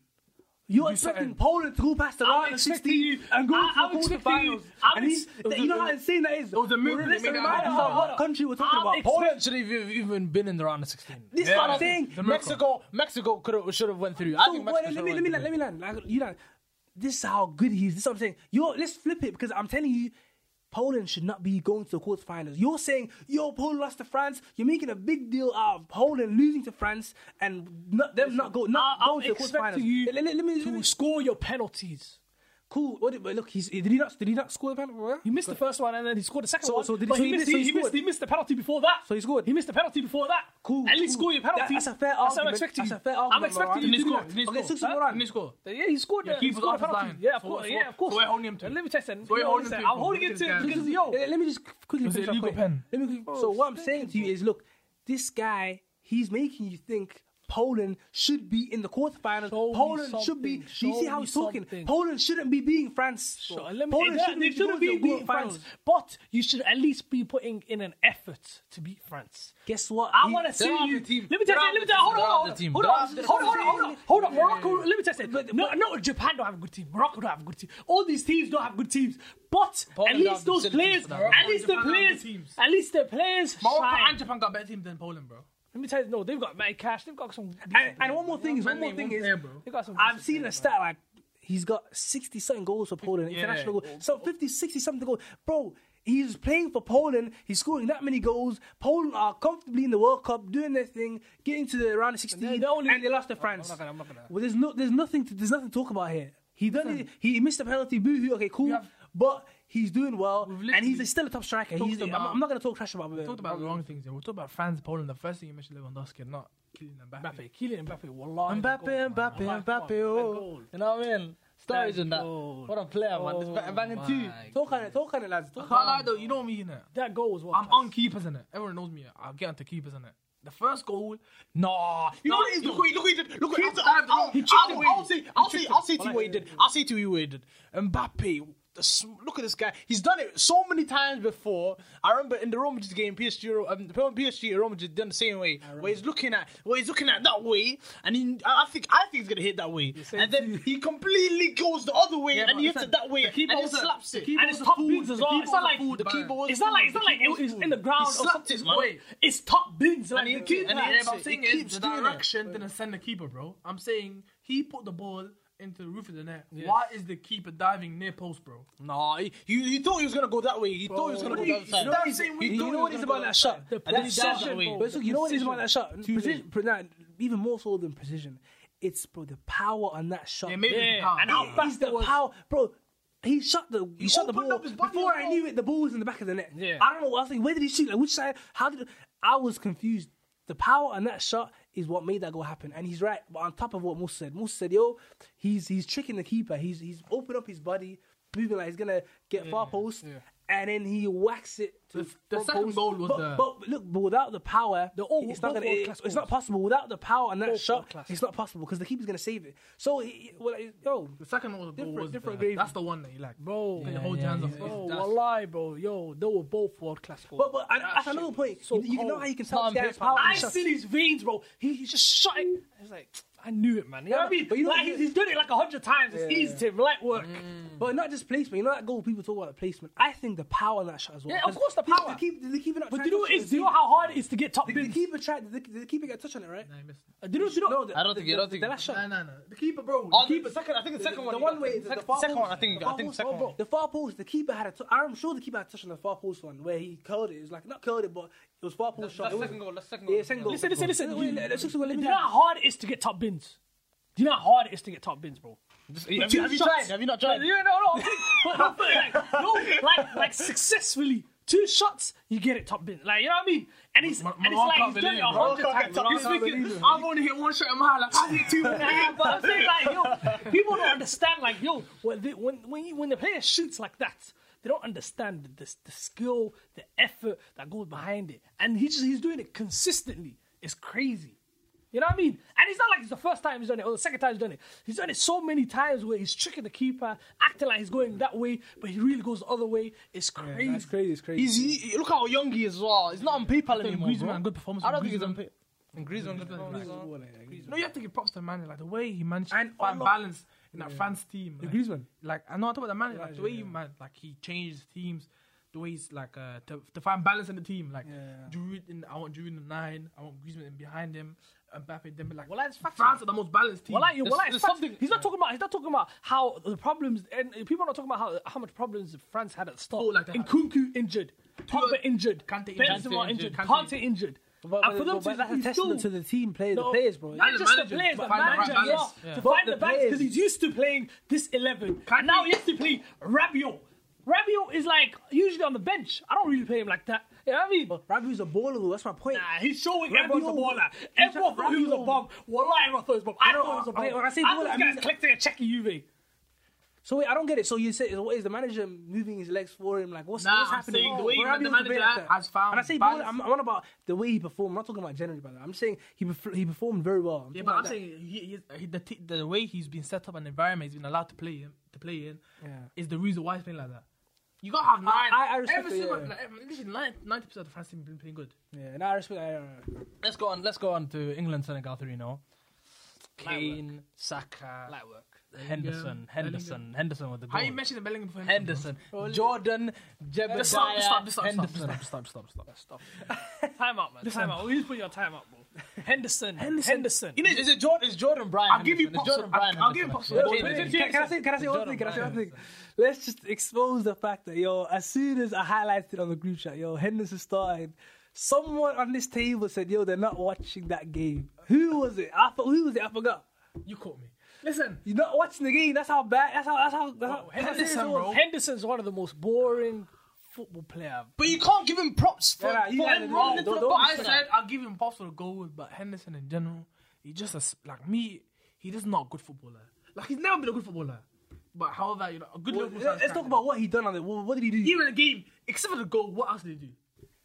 You're expecting Poland to go past the round of
expecting
16 and go
I-
to
I'm
the
expecting
quarterfinals.
you- I'm
And he's,
ex- it was
you
a-
know how insane that is. It was
a miracle
Let's
they made it
remind
happen.
ourselves what country we're talking
I'm
about.
ex-
Poland should have even- even been in the round of 16.
This is what I'm saying.
The miracle.
Mexico, Mexico could have should have went through. I
So,
think
well,
Mexico
let,
should
me,
have
let me
went
let me learn. Like, you know, this is how good he is. This is what I'm saying. Yo, let's flip it because I'm telling you, Poland should not be going to the quarterfinals. You're saying, yo, Poland lost to France. You're making a big deal out of Poland losing to France and not, them not go not
I- I'm
going to the quarterfinals.
expecting you
let, let- let me, let
To
me-
score your penalties.
cool. What did, but look, he's, did he not? Did he not score the penalty? Well,
He missed the first one and then he scored the second
So-
one.
so did he-
but
so
he,
he
missed,
missed- so
he,
he
missed,
scored.
he missed the penalty before that.
So he scored.
He missed the penalty before that.
Cool,
At least
cool.
score your penalty.
That- that's a fair
That's what I'm
argument.
expecting.
That's a fair
I'm
argument,
expecting
Moran.
you
Didn't
to
he
do
score? Didn't
that.
he
Okay,
score?
Susan
Huh?
Moran.
Didn't he score?
Yeah, he scored.
Yeah,
the- he
keeper's
scored
off
the
his
penalty.
line.
Yeah, of
So
course.
what-
Yeah, of
so
course.
we're holding him to
Uh,
it.
Let me test him.
So we're holding him to it,
I'm
bro.
holding him
Look
to
at
it
this guy.
because yo,
Let, let me just quickly.
Was it
finish my
legal
point.
pen?
Let me quickly, so what I'm saying to you is, look, this guy, he's making you think Poland should be in the quarterfinals.
Show me
Poland should be.
something.
Do you see
Show
how
me
he's talking?
something.
Poland shouldn't be beating France.
Sure, let me,
Poland
yeah, they shouldn't be
going to the
beating France, but you should at least be putting in an effort to beat France.
Guess what?
I
He-
want to see
on
you.
the team.
Let me tell
They're
you.
on
Let me
the
tell you. Hold
team. They're on
on.
the team.
Hold on.
They're on the
Hold on. Hold on. Hold on. Hold on.
Yeah, yeah,
Morocco. Let me tell you. something. No, no. Japan don't have a good team. Morocco don't have a good team. All these teams don't have good teams. But at
Poland don't have
least
the
those
facilities
players.
for that.
At least the
Japan don't have the
players.
teams.
At least the players.
Morocco and
shine.
Japan got better teams than Poland, bro.
Let me tell you. No, they've got Matty Cash. They've got some.
And, and one more thing is,
Man,
one more
they
thing
won't
is,
care, bro.
They've got some.
I've seen a stat like he's got 60 something goals for Poland,
Yeah.
international goals. So 50, 60 something goals. Bro, he's playing for Poland. He's scoring that many goals. Poland are comfortably in the World Cup, doing their thing, getting to the round of 16, and,
they're only-
they lost to France.
not gonna- I'm not gonna-
Well, there's, no, there's, nothing to, there's nothing to talk about here. He done it, He missed a penalty, boo hoo. Okay, cool. But He's doing well,
We've
and he's
literally
still a top striker.
talked
He's, I'm,
about-
I'm not gonna talk trash about
We
him.
talked about the wrong things. Yeah. We talked about France, Poland. The first thing you mentioned Lewandowski, not killing Mbappe.
Mbappe, Kylian Mbappe, wallahi.
Mbappe, Mbappe, Mbappe, oh. You know what I mean? Stories and that.
goal.
What a player, man. This ba- banging two.
Talk on it, talk on it, lads. Talk
I can't lie though, you know me, innit?
That goal was what?
I'm on keepers in it. Everyone knows me. I'll get onto keepers in it. The first goal, nah. You know what it is? Look what he- look what he did. Look what he did. I'll, I'll, I'll, I'll say, I'll say, I'll say to you what he did.
I'll say to you what he did. Mbappe, the sm- look at this guy. He's done it so many times before. I remember in the Roma just game, PSG, Ro- um, PSG, Roma just done the same way. Where he's looking at, where he's looking at that way, and he, I I think, I think he's gonna hit that way, and then he completely goes the other way, and he hits it that way, and he slaps it.
and it's top bins as well. It's not like
the keeper was
it's not like it's not
fooled.
like it was in the ground.
He
or
slapped it,
something.
man.
Wait.
It's top bins. Like
And he
the
keep-
keeper.
and he
Yeah,
hits
but I'm
it.
saying
It
is
keeps
the
doing it.
direction didn't send the keeper, bro. I'm saying he put the ball into the roof of the net. Why is the keeper diving near post, bro?
Nah, he, you, you thought he was gonna go that way. He thought he was gonna go
you-
the other
you
side.
know what he's- you
He
You
thought he
know
was
what is
gonna go
about
the
that
other
shot?
side.
The
And then he dives that
precision,
way.
But so you know what is about that shot?
Too
Precision-
late.
pre- nah, even more so than precision, it's bro the power on that shot.
Yeah, maybe it's power.
and how
Yeah.
fast the power, bro. He shot the he, shot the
opened
ball
up his body
before
as
I
well.
knew it. The ball was in the back of the net. Yeah. I don't know what I was thinking. Where did he shoot? Like which side? How did? I was confused. The power on that shot is what made that goal happen, and he's right. But on top of what Musa said, Musa said, "Yo, he's he's tricking the keeper. He's he's opened up his body, moving like he's gonna get far post, and then he whacks it to
The- the
front
second
post.
goal was
but,
the-
but look, but without the power,
all-
it's not
both
gonna, it-
world-class
it's not
goals.
possible. Without the power on that shot,
world-class.
it's not possible because the keeper's gonna save it. So, he, he- well, like, yo,
The second one was the goal
Different-
was
different
the,
gravy.
that's the one that he like,
Bro,
Then you hold your hands up.
Bro,
That's-
wallahi, bro, yo, they were both world class goals.
But, but and that's another point.
so
you, you know
cold.
how you can
Not
tell
on
this guy's
paper.
power.
I
He's just-
seen his veins, bro. He, he just shot it. I was like, I knew it, man. You know what I mean?
But you know-
like, he's, he's done it like a hundred times. It's easy to him, light work.
But not just placement. You know that goal people talk about the placement. I think the power on that shot as well.
Yeah, of
'Cause
course the
did-
power.
The keep- did the keeper not
But
try
do you know
to
what
touch
it
it?
is? Do you know how hard it is to get top
Did the
bins?
keeper tried. Did the, did the keeper get touched on it? Right.
Nah, he missed.
Do you know? Do you know?
No, the,
I don't
the,
think- I don't think-
the last shot.
Nah, nah, nah. The keeper, bro.
Oh,
the
the
keeper,
second, I think the second
the,
one.
the
he
one
got-
way, the, the
second,
far
second
post,
one. I think.
the
I
far
think
post,
second
bro.
one.
The far post, the keeper had a. T- I'm sure the keeper had a touch on the far post one where he curled it. It was like not curled it, but it was far post shot.
That's
It was-
second goal. That's second goal.
Yeah, second goal.
Listen, listen, listen.
Wait, let- let's just go, let
Do
me
you know
down.
how hard it is to get top bins? Do you know how hard it is to get top bins, bro?
Have you, have you tried? Have you not tried?
Yeah, no, no. but, but, but, like, no, like, like successfully. Two shots, you get it top bin. Like, you know what I mean? And he's, and it's
Morocco
like he's done it
believe,
a hundred
Morocco
times.
can't
He's
top
thinking,
bin.
I've only hit one shot in my life. I've hit two. Nah, but I'm saying, like, yo, people don't understand, like, yo, when they, when, when, you, when the player shoots like that, they don't understand the, the, the skill, the effort that goes behind it. And he just, he's doing it consistently. It's crazy. You know what I mean? And it's not like it's the first time he's done it or the second time he's done it. He's done it so many times where he's tricking the keeper, acting like he's going that way, but he really goes the other way. It's crazy.
It's crazy. It's crazy.
He's he, he- look how young he is as well. He's not on PayPal
think
anymore.
Griezmann,
bro.
good performance
I don't
from
think he's on
Griezmann.
PayPal. And Griezmann, good performance.
No, you have to give props to Manny, like the way he managed
And
to find
Olo-
balance in that France team. Like,
Griezmann.
Like I know I talk about Manny, like the way he man, like he changed his teams, the way he's like uh, to, to find balance in the team. Like Giroud, in, I want Giroud in the nine, I want Griezmann in behind him, Mbappe, Dembele. Like,
Well, that's facts,
France
man.
are the most balanced team.
Well, like, well, like,
there's
France-
something-
he's not talking about. He's not talking about how the problems. And people are not talking about how, how much problems France had at the start.
Oh, like that.
Nkunku injured, Pogba injured,
Kante
Benzema
injured,
injured,
Kante
Kante
injured.
injured.
But,
and
but,
for them
but,
to
that's a
he's still-
testament to the team players,
No,
the players, bro.
Not
the
just the
manager,
players,
to
the
find the right
manager as well.
balance.
To
Yeah.
find
But
the
the
balance because
players-
he's used to playing this 11. And now he has to play Rabiot. Rabiot is like usually on the bench. I don't really play him like that. You know what I mean?
Rabiot's a baller, though. That's my point.
Nah, he's showing everyone's a
Rabiot-
baller.
he's
Everyone
a-
thought he was a
Rabiot-
bomb. Wallah, everyone thought he was a bomb. I
No,
thought he was a
I-
bomb.
when I say
I
baller,
thought
I
this
mean-
guy collecting a check at Juve.
So wait, I don't get it. So you say, what is the manager moving his legs for him? Like, what's,
Nah,
what's
I'm
happening?
saying the way the
Bro, Rabiot's a
manager
bit like that.
has found
And I say,
balance.
baller, I'm, I'm on about the way he performed. I'm not talking about generally about that. I'm saying he perf- he performed very well.
Yeah, but I'm
talking about
saying he, he's- he, the, t- the way he's been set up and the environment he's been allowed to play in, to play in
Yeah.
is the reason why he's playing like that. You gotta have nine.
I- I respect
every
it,
single,
yeah.
like, every- literally nine- 90% of the France team have been playing good.
that. yeah, nah, I respect. I, I- I-
Let's go on. Let's go on to England, Senegal three 0 Kane, Saka,
Light work.
Henderson, Henderson, Henderson with the
How you
goal.
mentioned the Bellingham before
Henderson, Jordan,
Just stop, just stop,
Jebediah,
just stop, stop,
Henderson.
stop, stop, stop, stop.
Stop. time out, man. Time out. We need to put your time out, bro. Henderson.
Henderson.
Henderson.
You know, it's a Jordan. It's Jordan Bryan.
I'll give you
Henderson. It's
props on-
Jordan Bryan.
I'll- I'll give you
Henderson.
props on-
Yeah,
Jordan
Jordan
Can, can I say, can I say one
Jordan
thing? Can I say one
Bryan.
thing? Let's just expose the fact that yo, as soon as I highlighted on the group chat, yo, Henderson started. Someone on this table said, yo, they're not watching that game. Who was it? I for- who was it? I forgot.
You caught me.
Listen,
You're not watching the game. That's how bad. That's how. That's how. That's
Oh,
how.
Henderson's, Henderson's one of the most boring football player.
But you can't give him props for,
Yeah, he
for
had
him
it,
rolling
yeah,
into
don't-
the
don't
box.
I said I'll give him props for the goals, but Henderson in general, he just as like me, he just not a good footballer. Like he's never been a good footballer. But however, you know, a good Liverpool fan
Let's
can-
talk about what he done on it. What, what did he do?
even the game, except for the goal. What else did he do?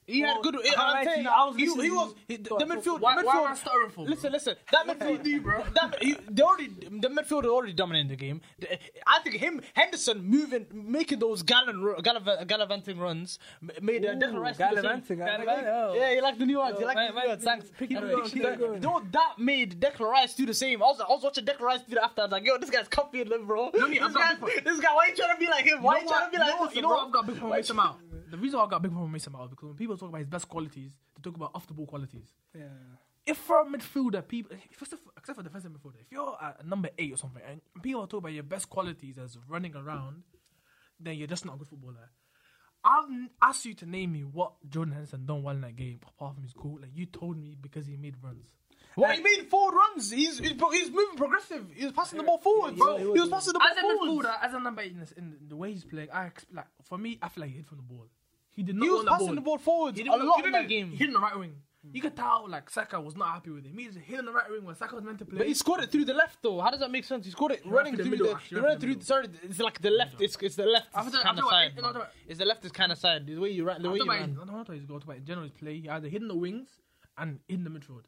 He had good.
I
I'm
like
telling
you,
you,
I was
he,
listening
he
to
was
you.
he, the midfield.
Why,
the midfield.
why am I stuttering for? bro?
Listen, listen. That midfield,
do, bro?
That, he, they already, the midfield already dominated the game. The- I think him, Henderson, moving, making those gallant, ru- gallivan- gallivanting runs m- made a difference.
gallivanting,
Yeah,
gallivanting.
yeah, you like the nuance. You like
Man,
the
man,
nuance.
thanks. Pick it up.
That, no, that made Declan Rice do the same. I was, I was watching Declan Rice do that after. I was like, yo, this guy's copying him, bro.
me,
this,
I've got
guy, this guy, why you trying to be like him? Why
You
you
know
trying to be like
what- you know what-
this,
You know
bro?
what I've got big problem with Mason Mount. The reason why I've got big problem with Mason Mount is because when people talk about his best qualities, they talk about off the ball qualities. Yeah. If for a midfielder, people, first of, except for defensive midfielder, if you're at number eight or something, and people talk about your best qualities as running around, then you're just not a good footballer. I've n- asked you to name me what Jordan Henderson done well in that game, apart from his goal. Like you told me because he made runs.
Well, he made forward runs. He's, he's, bro, he's moving progressive. He was passing the ball forward, bro. He was passing the
as a
ball forward.
midfielder, as a number eight in, this, in the way he's playing, I expect, like for me, I feel like he hit from the ball. He did not
He was
want the
passing
ball.
the ball forward
He
a
didn't want-
lot
he
in
didn't-
that game.
He hit in the right wing. You could tell like Saka was not happy with him. He just hit in the right wing when Saka was meant to play.
But he scored it through the left though. How does that make sense? He scored it running
the
through
middle,
the. He
actually, right
ran
through
through.
the
Sorry, it's like the left. It's it's the left
After-
kind
after
of
what-
side.
after what-
man. It's the left is kind of side. The way you ran, the
I
way
don't
you
know about his-
ran.
I don't know what he's got about in general his play. He either hit in the wings and hit in the midfield.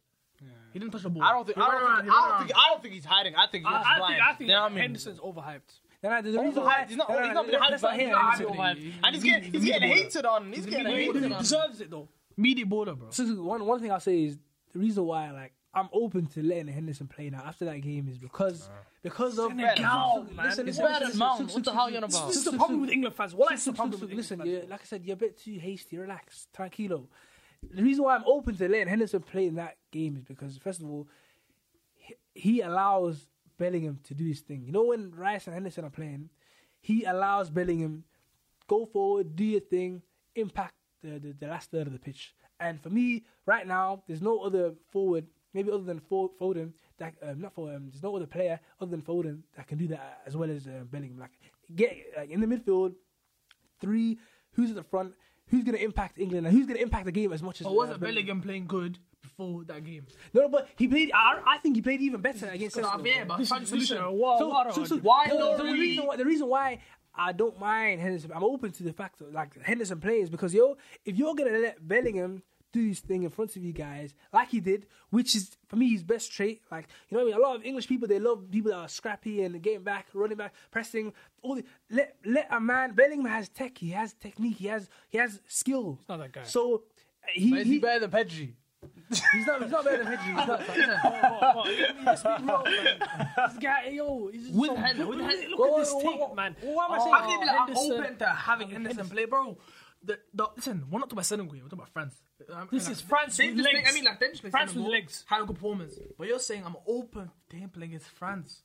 He didn't touch the ball.
I don't think.
He
I
ran
don't
around,
think.
he
I
ran
don't think.
around.
I don't think he's hiding. I think he's
I, I think, I
blind. You
think
know what I mean?
Henderson's overhyped.
No, no, there's a reason why.
Overhyped. He's not.
no, no,
He's not
no,
been hyped
let's not
by
hate
him.
on
He's
him.
He's
overhyped.
a
And he's getting.
media
He's getting
baller.
hated on. He's getting hated
He
on.
deserves it though.
Meaty baller, bro.
So, so one one thing I'll say is the reason why like I'm open to letting Henderson play now after that game is because because of
Senegal, man.
It's better than Mount. What the hell you on about?
This is the problem with England fans. What I
Listen,
see problem with England
listen,
fans.
you're, like I said, you're a bit too hasty. Relax, tranquilo. The reason why I'm open to letting Henderson play in that game is because first of all, he, he allows Bellingham to do his thing. You know when Rice and Henderson are playing, he allows Bellingham go forward, do your thing, impact the, the, the last third of the pitch. And for me, right now, there's no other forward, maybe other than Fo- Foden, that um, not Foden, there's no other player other than Foden that can do that as well as uh, Bellingham. Like get like, in the midfield, three, who's at the front, who's going to impact England, and who's going to impact the game as much as. uh,
But wasn't Bellingham playing good before that game?
No, no, but he played. I, I think he played even better against.
So,
Arsenal.
yeah, but find a solution.
What,
So-
what
so- so-
Why
so-
don't
so
we-
The reason why, the reason why I don't mind Henderson, I'm open to the fact that like Henderson plays because yo, if you're gonna let Bellingham do his thing in front of you guys like he did, which is for me his best trait. Like you know, what I mean, a lot of English people they love people that are scrappy and getting back, running back, pressing. All the, let let a man Bellingham has tech, he has technique, he has he has skill. He's
not that guy.
So. He,
Is he
he,
better than Pedri?
he's not he's not better than Pedri. He's not,
this guy, yo, he's just
With
so-
Hen- with
look
Hen-
at
Whoa,
this
whoa,
take,
whoa,
man.
whoa, why am I
Oh,
saying-
I feel like I'm
Henderson.
open to having Henderson play, bro. The, the, listen, we're not talking about Senegal here, we're talking about France. Um,
This
like,
is France
they
with
just play-
legs.
I mean, like, they just play
France with
Senegal,
legs.
Had a good performance. But you're saying I'm open to him playing against France.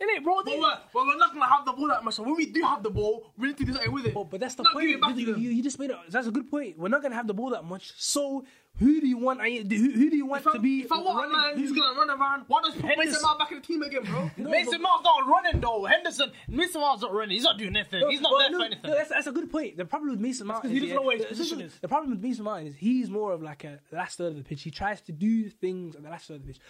Innit, bro?
But
They-
we're, well, we're not going to have the ball that much. So when we do have the ball, we need to do something with it.
Oh, but that's the
Not
point.
give it back
you,
to them.
you- you just made a, that's a good point. We're not gonna have the ball that much. So who do you want? I, who, who do you want
If I,
to be?
if I want a
running?
man who's going to run around, why does put Mason
Henderson-
Mount back in the team again, bro?
Mason Mount's not running though. Henderson, Mason Mount's not running. He's not doing anything. He's not
Well,
there
no,
for
no,
anything.
that's, that's a good point. The problem with Mason Mount is
he doesn't know where his
the-
position
the-
is.
The problem with Mason Mount is he's more of like a last third of the pitch. He tries to do things at the last third of the pitch.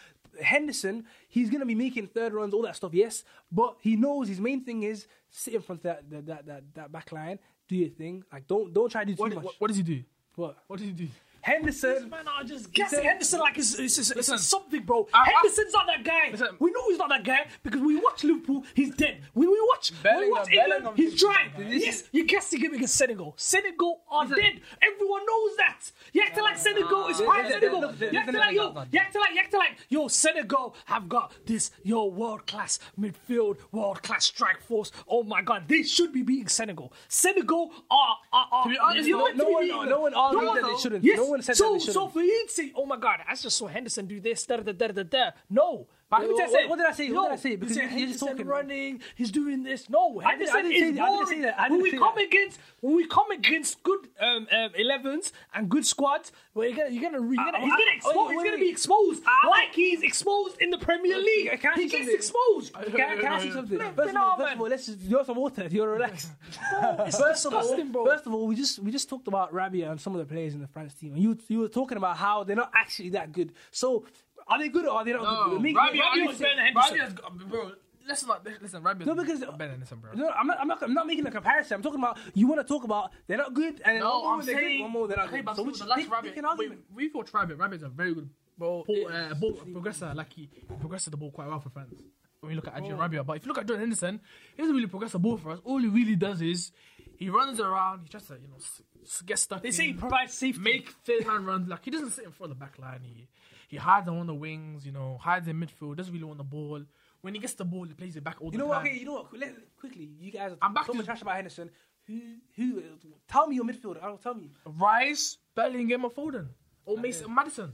Henderson, he's gonna be making third runs, all that stuff. Yes, but he knows his main thing is sit in front of that that that, that, that back line, do your thing. Like don't don't try to do too
what,
much.
what, what does he do?
What?
What does he do?
Henderson.
Man, I just guess
Listen.
Henderson like it's, it's, it's, it's
Listen.
something, bro.
I- I-
Henderson's not that guy.
Listen.
we know he's not that guy because we watch Liverpool, he's dead. When we watch, when we
Bellingham-
watch England,
Bellingham's
he's dry.
dead.
Yes, you guessed the game against Senegal. Senegal are dead. Everyone knows that. You act like Senegal is
They-
fine.
they-
Senegal.
they- they-
You act
they-
like
they-
yo.
they-
You act like you act like yo. Senegal have got this yo world class midfield, world class strike force. Oh my God, they should be beating Senegal. Senegal are are are.
be honest,
you're
no-
meant to
no
be
one-
beating them.
no one argued that they
though.
shouldn't.
Yes.
No one said that
so,
they shouldn't.
So for you to say, oh my god, I just saw Henderson do this, da da da da da. No.
But
Let me
what-
just say-
what did I say? What
No.
did I say?
You
Because
said
you're just
Henderson
talking.
running, he's doing this. No,
I didn't-
Henderson
I didn't say
is
that. I didn't
boring.
say that. I
When
didn't
we
say
come
that.
against when we come against good um, um, 11s and good squads, well, you're gonna, you're gonna, re- you're gonna,
I-
he's
I-
gonna,
wait,
expo-
wait,
he's
wait.
gonna be exposed.
I-
like he's exposed in the Premier League.
Can I
he
say
gets
something?
exposed.
Can, I- can I say something? First, of
know,
all, first
man.
of all, let's just, you're some water. You're relaxed.
Oh,
It's
First of, all,
disgusting, bro.
first of all, we just we just talked about Rabia and some of the players in the France team, and you you were talking about how they're not actually that good. So are they good or are they not
Oh,
good? Make-
Rabia,
make-
Rabia
make-
was better than Henderson. Rabia's, got- bro, let's not listen. Rabia's
No, because-
better than Henderson, bro.
No, I'm not, I'm not. I'm not making a comparison. I'm talking about you want to talk about they're not good, and then one
No,
more
I'm
they're
saying
good, one more they're not
okay,
good.
but
so
so
which
the last
pick-
rabbit.
pick an
Wait,
argument.
we thought rabbit. Rabbit's a very good ball, uh,
it's-
ball progressor. Like he progressed the ball quite well for France. When you look at Adrian Rabiot, but if you look at John Henderson, he doesn't really progress the ball for us. All he really does is he runs around. He tries to you know s- s- get stuck.
They say he
in,
provides safety.
make third hand runs. Like he doesn't sit in front of the back line. He he hides on the wings. You know, hides in midfield. Doesn't really want the ball. When he gets the ball, he plays it back all
You
the
know
time.
what? Okay, you know what? Let, quickly, you guys. Are
I'm back
so
to-
much trash about Henderson. Who? Who? Tell me your midfielder. I'll tell me.
Rice, Bellingham, or Foden, or Mason, Madison.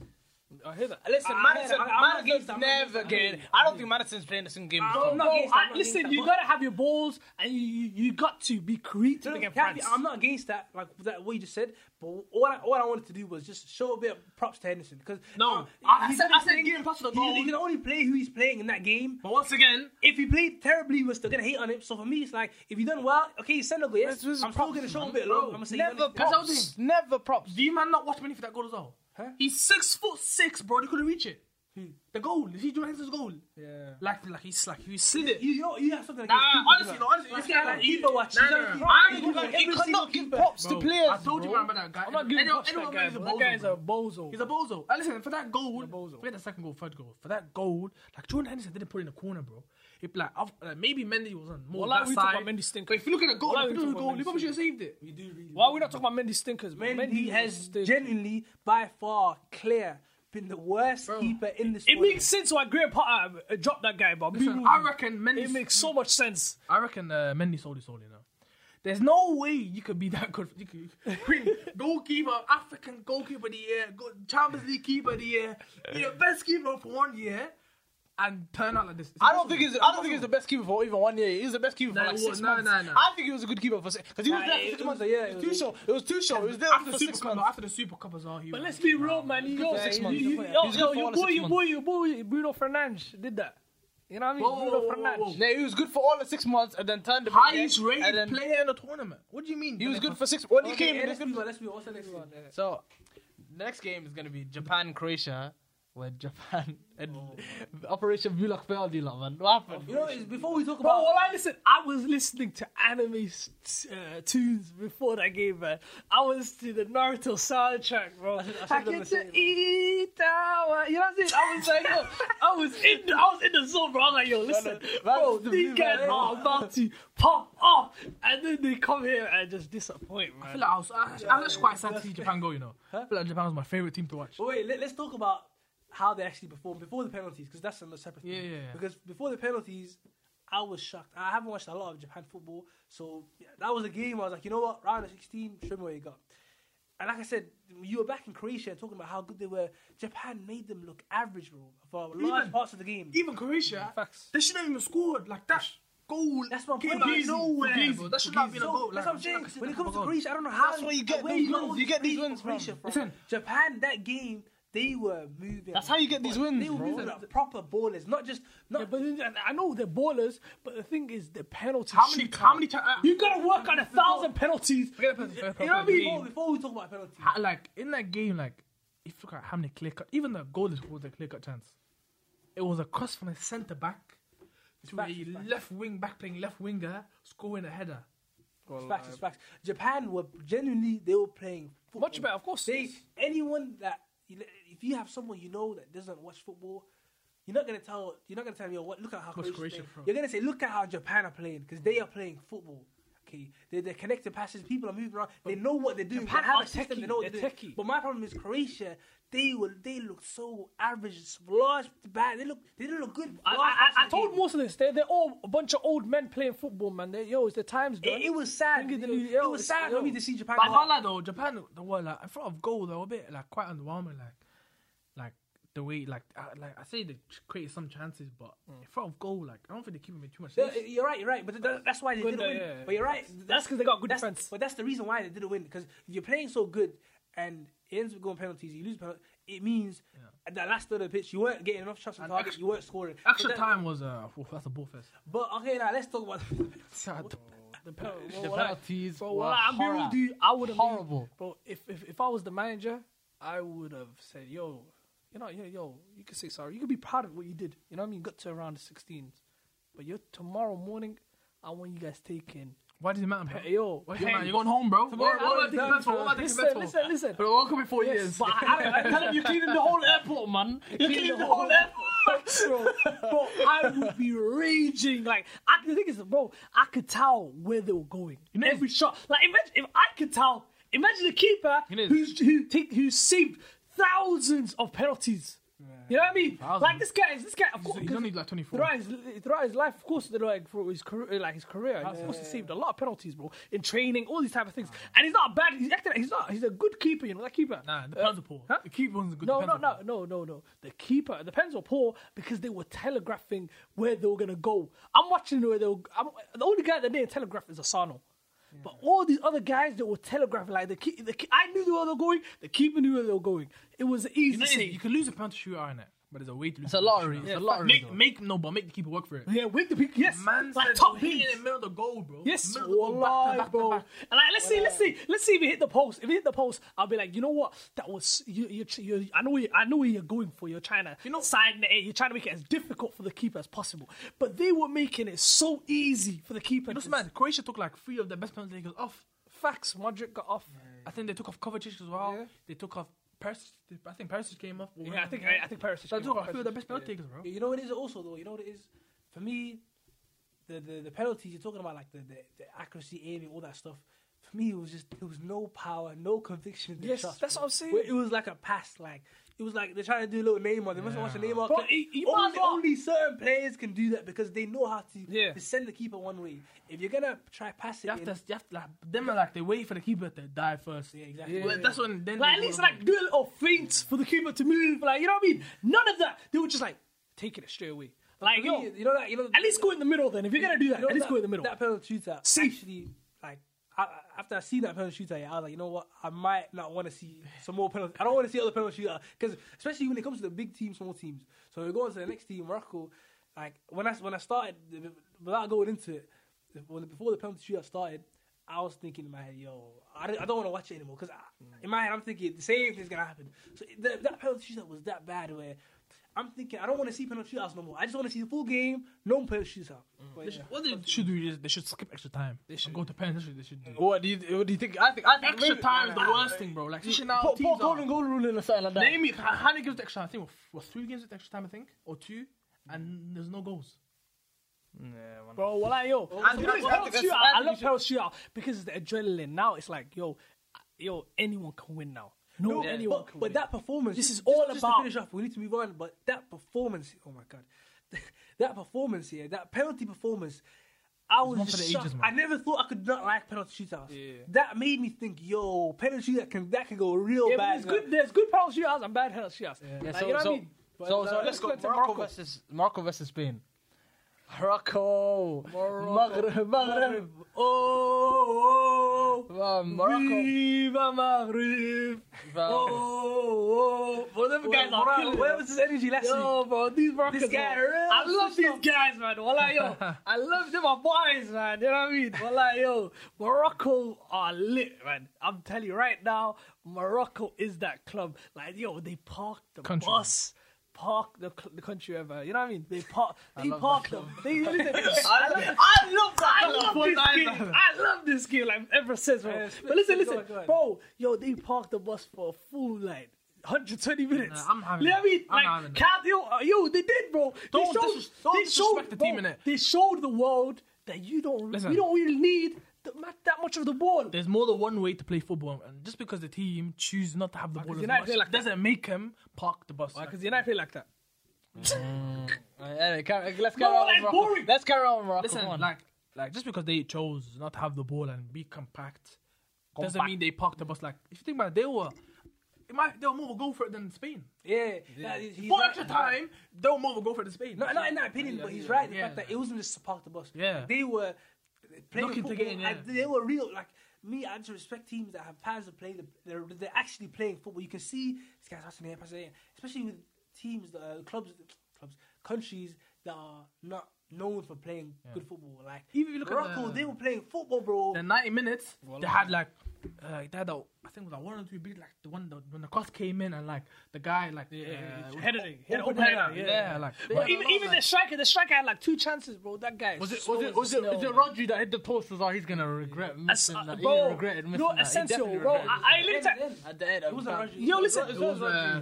I hear that.
Listen,
I- I-
Madison,
I- I'm not
Madison's
against- I'm not
never
against-
getting. I don't think Madison's playing the same game.
Bro,
before.
not against that, I'm not
listen,
against
Oh, you
that.
gotta have your balls, and you, you, you got to be creative
No, no,
against
can't
France.
be- I'm not against that, like that what you just said. But all I, all I wanted to do was just show a bit of props to Henderson because
No,
uh,
I- I
he's
said-
only
I said
playing-
give him props to the
he- He,
goal.
can only play who he's playing in that game.
But once again,
If he played terribly, we're still gonna hate on him. So for me, it's like if you done well, okay, Senegal, yes,
This was
I'm still gonna show a bit of love. I'm gonna say you
never
done it.
props. Never props.
Do you man not watch Mini for that goal as well?
Huh?
He's six foot six, bro. They couldn't reach it. The goal. You see Johansson's goal.
Yeah.
Like, like he's like he slid it.
You, you, know- you have something.
Nah,
against keepers,
honestly,
you
no,
know.
honestly, this guy
Like,
like
keeper watch.
Nah,
He's
nah,
done-
nah. I don't
he's
give
done
a-
He
every
could
single
not give
keeper.
props to players.
I told you
bro.
man about that guy.
I'm not giving
Anyone-
props to that
anyone
guy,
is a
bro. That
bozo,
guy's a
bro.
bozo.
He's a bozo. And listen, for that goal,
bozo.
forget the second goal, third goal. For that goal, like Jordan Henderson didn't put it in the corner, bro. If like, off- like maybe Mendy was on more
Well, like
that
we talk
side.
about Mendy stinker.
But if you look at the goal, if
Well, like
you
we
look at
talk
the
about
goal, you
Mendy
probably should have saved it.
We do really
Why are we not talking about Mendy stinkers? bro?
Mendy has
stinkers.
genuinely, by far, clear been the worst keeper in this.
It makes sense why Graham Potter uh, dropped that guy, but
Listen, I reckon Mendy.
it makes so much sense.
I reckon uh, Mendy sold his soul, you know. There's no way you could be that good. You could bring goalkeeper, African goalkeeper of the year, go- Champions League keeper of the year, be the best keeper for one year, and turn out like this. It's
I don't
impossible.
think he's. I don't think he's the best keeper for even one year. He's the best keeper
Nah,
for like
it
six
was- no,
months.
no, no.
I think he was a good keeper for six because he was
Nah,
there
it-
for six
it
months.
was a- yeah,
It was
it
too
was
short. It was too short. It was there
after
for
the
six
Super Cup,
months.
no, after the Super Cup as well. He
But
was-
let's be real, man. You, yo,
for six
you-
months.
you-
He's
yo,
good
yo,
for
your
all the
boy,
six
your boy, your boy, Bruno Fernandes did that. You know what I mean?
Whoa, whoa,
Bruno
whoa, whoa,
Fernandes.
whoa.
Yeah, he was good for all the six months and then turned the
highest rated
and then
player in the tournament. What do you mean?
He was good for six. When he came,
Okay,
in, he
let's
was good
be
for-
let's be what's the next one?
So, next game is going to be Japan Croatia, where Japan and Oh. Operation Bulak failed you lot, man. What happened?
You know, it's, before we talk
Bro,
about,
well, I listen. I was listening to anime s- t- uh, tunes before that game, man. I was to the Naruto soundtrack, bro. I,
them
get
the same,
to eat our- You know what I'm saying? I was like, yo, I was in, the, I was in the zone, bro. I'm like, yo, listen,
that's
bro,
the
these
blue
guys
man.
are about to pop off, and then they come here and just disappoint,
I
man.
feel like I was, I, I was quite sad to see Japan go. You know, I feel like Japan was my favorite team to watch.
but wait, let, us talk about how they actually performed before the penalties because that's another separate thing.
Yeah, yeah, yeah.
Because before the penalties, I was shocked. I haven't watched a lot of Japan football, so yeah, that was a game. I was like, you know what, round of sixteen, show me what you got. And like I said, you were back in Croatia talking about how good they were. Japan made them look average, bro, for large
Even-
parts of the game.
Even Croatia, they shouldn't have even scored like that. Goal
That's what I'm
came
talking
out of
about.
nowhere,
Fugazi,
bro. That should not have been a
So,
goal.
that's
like,
what I'm saying.
like,
When it comes to
goal.
Croatia, I don't know how.
That's where you get
where
these
got
wins.
all
You get
these
these
goals
wins
from Croatia from.
Listen.
Japan, that game, they were moving.
That's how you get these wins,
They were
bro.
moving like proper ballers, not just not.
Yeah, but then- and I know they're ballers, but the thing is, the penalties.
How many?
shootout.
How many? T- uh,
You gotta work on a thousand penalties.
Forget about the first
You know what
part
I
of the
mean?
before, before we talk about penalties,
ha- like in that game, like if you look at how many clear cut, even the goal is was a clear cut chance. It was a cross from a centre back to
back,
a
it's back.
left wing back playing left winger, scoring a header.
it's facts, it's facts. Japan were genuinely they were playing football.
Much better, of course.
They anyone that you know, if you have someone you know that doesn't watch football. You're not gonna tell. You're not gonna tell me. "Oh, What? Look at how Croatia.
Croatia
play."
pro.
You're gonna say, look at how Japan are playing because they are playing football. Okay, they they're connecting passes. People are moving around. They know what they're doing.
Japan
they have
are
a system. They
techie,
know what
they're
they're, doing.
techie.
But my problem is Croatia. They were. They look so average, large, bad. They look. They didn't look good.
I,
large parts
I, I, I
of the
told
game.
most of this. They're, they're all a bunch of old men playing football, man. They, yo, it's the times, done.
It, it was sad.
Think
It,
of the-
it
yo,
was
it's-
sad
yo.
for me to see Japan.
But I
go
can't
out.
lie though, Japan they were like in front of goal they were a bit like quite underwhelming, like like the way like I, like I say they ch- created some chances, but
Mm.
in front of goal, like I don't think they keep him in too much.
Yeah,
space.
You're right, you're right, but that, that's why they didn't
uh,
win.
yeah,
but you're right,
That's 'cause they got good
that's,
defense.
But that's the reason why they didn't win because you're playing so good and it ends up going penalties. You lose penalties. It means at that last third of the pitch, you weren't getting enough shots on target. you weren't scoring. So
Extra
that-
time was uh, oof, that's a ball fest.
But okay, now let's talk about.
The penal- well,
The
well, I-
penalties
bro,
were
well, I'm
I'm
horror.
real with you, I would have
Horrible.
Bro, if, if if I was the manager, I would have said, "Yo, you know, yeah, yo, you can say sorry. You can be proud of what you did. You know what I mean? You got to around the 16s, but you're tomorrow morning. I want you guys taking.
Why does it matter? Bro?
Hey, yo,
You're,
hey,
not- you're going home, bro.
Tomorrow
What- what am I
morning,
taking bets for? What am I taking
listen,
bets for?
listen, listen.
But it won't come in four years.
But I, I tell him you're cleaning the whole airport, man. You're cleaning the whole airport, bro. Bro, I would be raging. Like, I, the thing is, bro, I could tell where they were going. Every shot. Like, imagine if I could tell. Imagine the keeper
know-
who's, who take, who saved thousands of penalties. You know what I mean? Like this guy is this guy. Of course,
He's only like 24.
throughout his, throughout his life, of course, they're like for his career, like his career, he's of course he saved a lot of penalties, bro, in training, all these type of things. And he's not bad. He's acting. He's not. He's a good keeper. You know that keeper.
Nah, the
Uh,
pens are poor.
huh?
The keeper one's a good
No,
defender.
no, no, no, no, no. The keeper, the pens were poor because they were telegraphing where they were gonna go. I'm watching where they were. I'm, the only guy that didn't telegraph is Asano. But all these other guys that were telegraphing, like the, key, the key, I knew where they were going. The keeper knew where they were going. It was an easy.
You know, it is,
save.
you can lose a penalty shootout in it, but there's a way to lose.
It's a lottery. It's a lottery.
Make,
though.
make no, but make the keeper work for it.
yeah, wake the people. Yes,
Man
like
said
top
he
beat.
in the middle of the goal, bro.
Yes,
middle of the goal, back to
wallahi,
back to
bro. And
back.
like, let's see, let's see, let's see if it hit the post. If it hit the post, I'll be like, you know what? That was you. You. you I know. Where you, I know where you're going for. You're trying to you know, side net. You're trying to make it as difficult for the keeper as possible. But they were making it so easy for the keeper.
You know,
to-
man, Croatia took like three of their best penalty takers off.
Facts. Modric got off.
I think they took off Kovacic as well.
Yeah.
They took off Perisic. I think Perisic came off.
Yeah, I think I, I think Paris.
They took off a few of their best penalty takers, bro.
You know what it is also though. You know what it is. For me, the the, the penalties you're talking about, like the, the, the accuracy, aiming, all that stuff. For me, it was just there was no power, no conviction. in the
Yes,
shots,
that's
bro.
what I'm saying.
Where It was like a pass, like. It was like they're trying to do a little Neymar. They must have watched a Neymar.
Bro,
clip.
he- he was
only,
up.
only certain players can do that because they know how to,
Yeah.
to send the keeper one way. If you're gonna try pass it,
You have
in,
to, you have to, like, them are like, they wait for the keeper to die first.
yeah, exactly.
Well, that's when then.
Like
they
at
go
least
to-
like do a little feints for the keeper to move. Like you know what I mean? None of that. They were just like taking it straight away. Like yo,
you know that. You know
at least go in the middle then. If you're gonna do that,
You know
at least
that-
go in the middle.
That penalty shootout.
See?
Actually, like I, I- after I seen that penalty shootout, yeah, I was like, you know what? I might not want to see some more penalties. I don't want to see other penalty shootout because uh, especially when it comes to the big teams, small teams. So we go on to the next team, Morocco. Like when I when I started without going into it, when, before the penalty shootout started. I was thinking in my head, yo, I don't, I don't want to watch it anymore because in my head I'm thinking the same thing's gonna happen. So the, that penalty shootout was that bad where I'm thinking I don't want to see penalty shootouts no more. I just want to see the full game, no penalty shootout. But yeah.
What they should do is they should skip extra time. They should go to pen. That's what they should do.
What do you what do you think? I think I think
Extra
maybe-
time is the worst thing, bro. Like, especially now
Poor, poor
teams are-
golden goal rule or something like that.
Name me. Hannah gives the extra. time, I think was, was three games with extra time. I think or two, and there's no goals.
Bro, Oh, well, I, yo,
I
I,
think
love
that's- I think
Peril
that's-
Shootout.
I
I
think
love
we
Peril Shootout because it's the adrenaline. Now it's like, yo, I- yo, anyone can win now. No,
No,
anyone
but,
can
but
win.
that performance.
This is
just-
all
just
about-
To finish off. We need to move on. But that performance. Oh my god, that performance here. That penalty performance. I was
one for
just
the
shocked.
ages, man.
I never thought I could not like penalty shootouts. That made me think, yo, penalty shootout can that can go real
yeah, but
bad.
there's
now.
good, there's good Peril Shootouts and bad Peril Shootouts.
Yeah,
Like,
so,
you know
so,
what I mean?
so, so
uh,
let's go Morocco,
let's go to Morocco.
versus Morocco versus Spain. Morocco, Maghreb, Maghreb,
oh,
Oh, oh,
uh, Morocco.
Viva Maghrib.
Uh,
Oh, oh, oh. Whatever
guys are killing
Where
it.
was his energy last
Yo,
week?
bro, these Moroccans.
This guy
bro.
real
I love
switched
these
up.
guys, man. Wallah, yo. I love them, are boys, man. You know what I mean? Wallah, yo. Morocco are lit, man. I'm telling you right now, Morocco is that club. Like, yo, they park the
Country.
bus. Park the, cl- the country ever, you know what I mean? They park, they park them. They, they, they, I love, I love that. I love this game. I love this game. Like ever since, bro. but listen, listen, bro. Yo, they parked the bus for a full like 120 minutes.
Nah, I'm having
You know
it.
what I mean?
I'm
like,
having it.
Cal- yo, uh, yo, they did, bro.
Don't
they showed,
disres- don't
they
disrespect
showed,
the team,
bro,
innit?
They showed the world that you don't.
Listen.
We don't really need the, ma- that much of the ball.
There's more than one way to play football, and just because the team choose not to have the ball as
United
much
play like that.
doesn't make them park the bus. Like,
Because United play like that.
anyway, carry- let's
No,
carry on. with
like
Morocco.
boring.
Let's carry on, with Morocco.
listen,
come on.
like, like just because they chose not to have the ball and be compact, doesn't
Compact.
mean they park the bus. Like, if you think about it, they were it might, they'll more go for it than Spain.
Yeah, that is- he's
For
right.
extra time, they'll more go for it than Spain.
No, not in that opinion, but he's right. The
Yeah.
fact that it wasn't just to park the bus.
Yeah.
They were playing
Looking to
football,
get in, yeah.
and They were real. Like, me, I had to respect teams that have plans to play. The, they're, they're actually playing football. You can see these guys passing here, passing here. Especially with teams, that are clubs, clubs, countries that are not known for playing good football. Like,
Even if you look at
Morocco,
the-
they were playing football, bro.
the 90 minutes, they had like, uh, they had a, I think it was like one or two big, like the one the, when the cross came in and like the guy like yeah, uh,
Headed it. Headed
open
open header,
header, yeah, like
But even even the striker, the striker had like two chances, bro. That guy.
Was it was it was it, is it Rodri that hit the post? As well? he's gonna regret missing that. He
uh, bro,
regretted missing
no,
that. He
Asensio,
definitely
bro.
regretted
I, I looked
Then-
at.
then-
At the end,
it was a Raj-
Yo, listen.
it
It was
was
a Raj-
uh,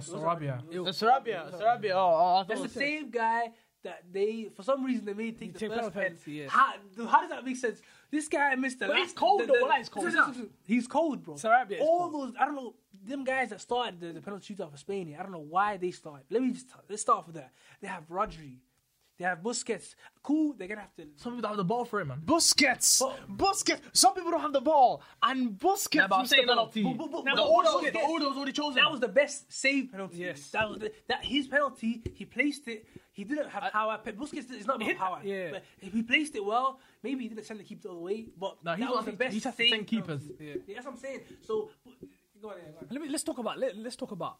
it was a Raj-
Sarabia.
Uh, Sarabia, Sarabia. Oh, oh, I thought
That's
it
the
was-
same guy that they, for some reason, they made take the
take
first
penalty,
penalty.
yeah.
How, how does that make sense? This guy missed the.
But
last,
he's cold,
the-
though.
the-
Wallah, he's cold.
Listen, listen, listen. He's cold, bro.
Sarabia is
All those, I don't know, them guys that started the, the penalty shootout for Spain. here, I don't know why they started. Let me just let's start off with that. They have Rodri, they have Busquets. Cool, they're gonna have to.
Some people don't have the ball for it, man.
Busquets, Busquets. Some people don't have the ball, and Busquets
Nah, but I'm
missed the
saying, no, no,
penalty.
bu-
bu- bu-
Nah, the
bu- bu-
order,
Busquets-
the order was already chosen.
That was the best save penalty. Yes, that was the, that his penalty. He placed it. He didn't have power. Pe- Busquets is not about power.
yeah.
but if he placed it well, maybe he didn't send the keeper the other way. But
No, he's
that
one
was
of
the
the-
best.
he's had to
save
send keepers.
penalty. Yeah, that's what I'm saying. So bu- go on, yeah, go on.
Let me, let's talk about let, let's talk about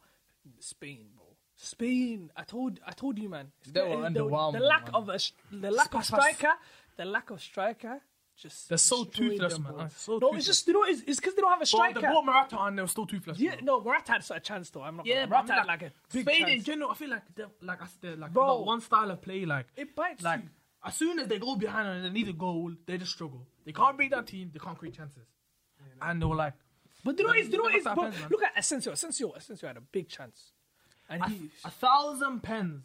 Spain, bro. Spain. I told I told you, man.
They were
The- The
underwhelming,
lack
man.
of a s- the lack of striker, the lack of striker. Just
They're so
destroyed
toothless,
them,
man.
bro.
They're so
no,
toothless.
it's just you know it's because they don't have a
But
striker.
they bought Morata and they were still toothless.
yeah,
bro.
no, Morata had a chance though. I'm not.
Yeah,
gonna-
but I mean,
Morata had like a big
Spain in
chance.
general. I feel like they're like I said, like
Bro.
they got one style of play. Like
It bites
Like
you.
as soon as they go behind and they need a goal, they just struggle. They can't beat that team. They can't create chances. And they were like,
But you know it's you know
Look at
it's
that
bro,
offense, man.
look at Asensio. Asensio Asensio had a big chance, and
a,
he.
a thousand pens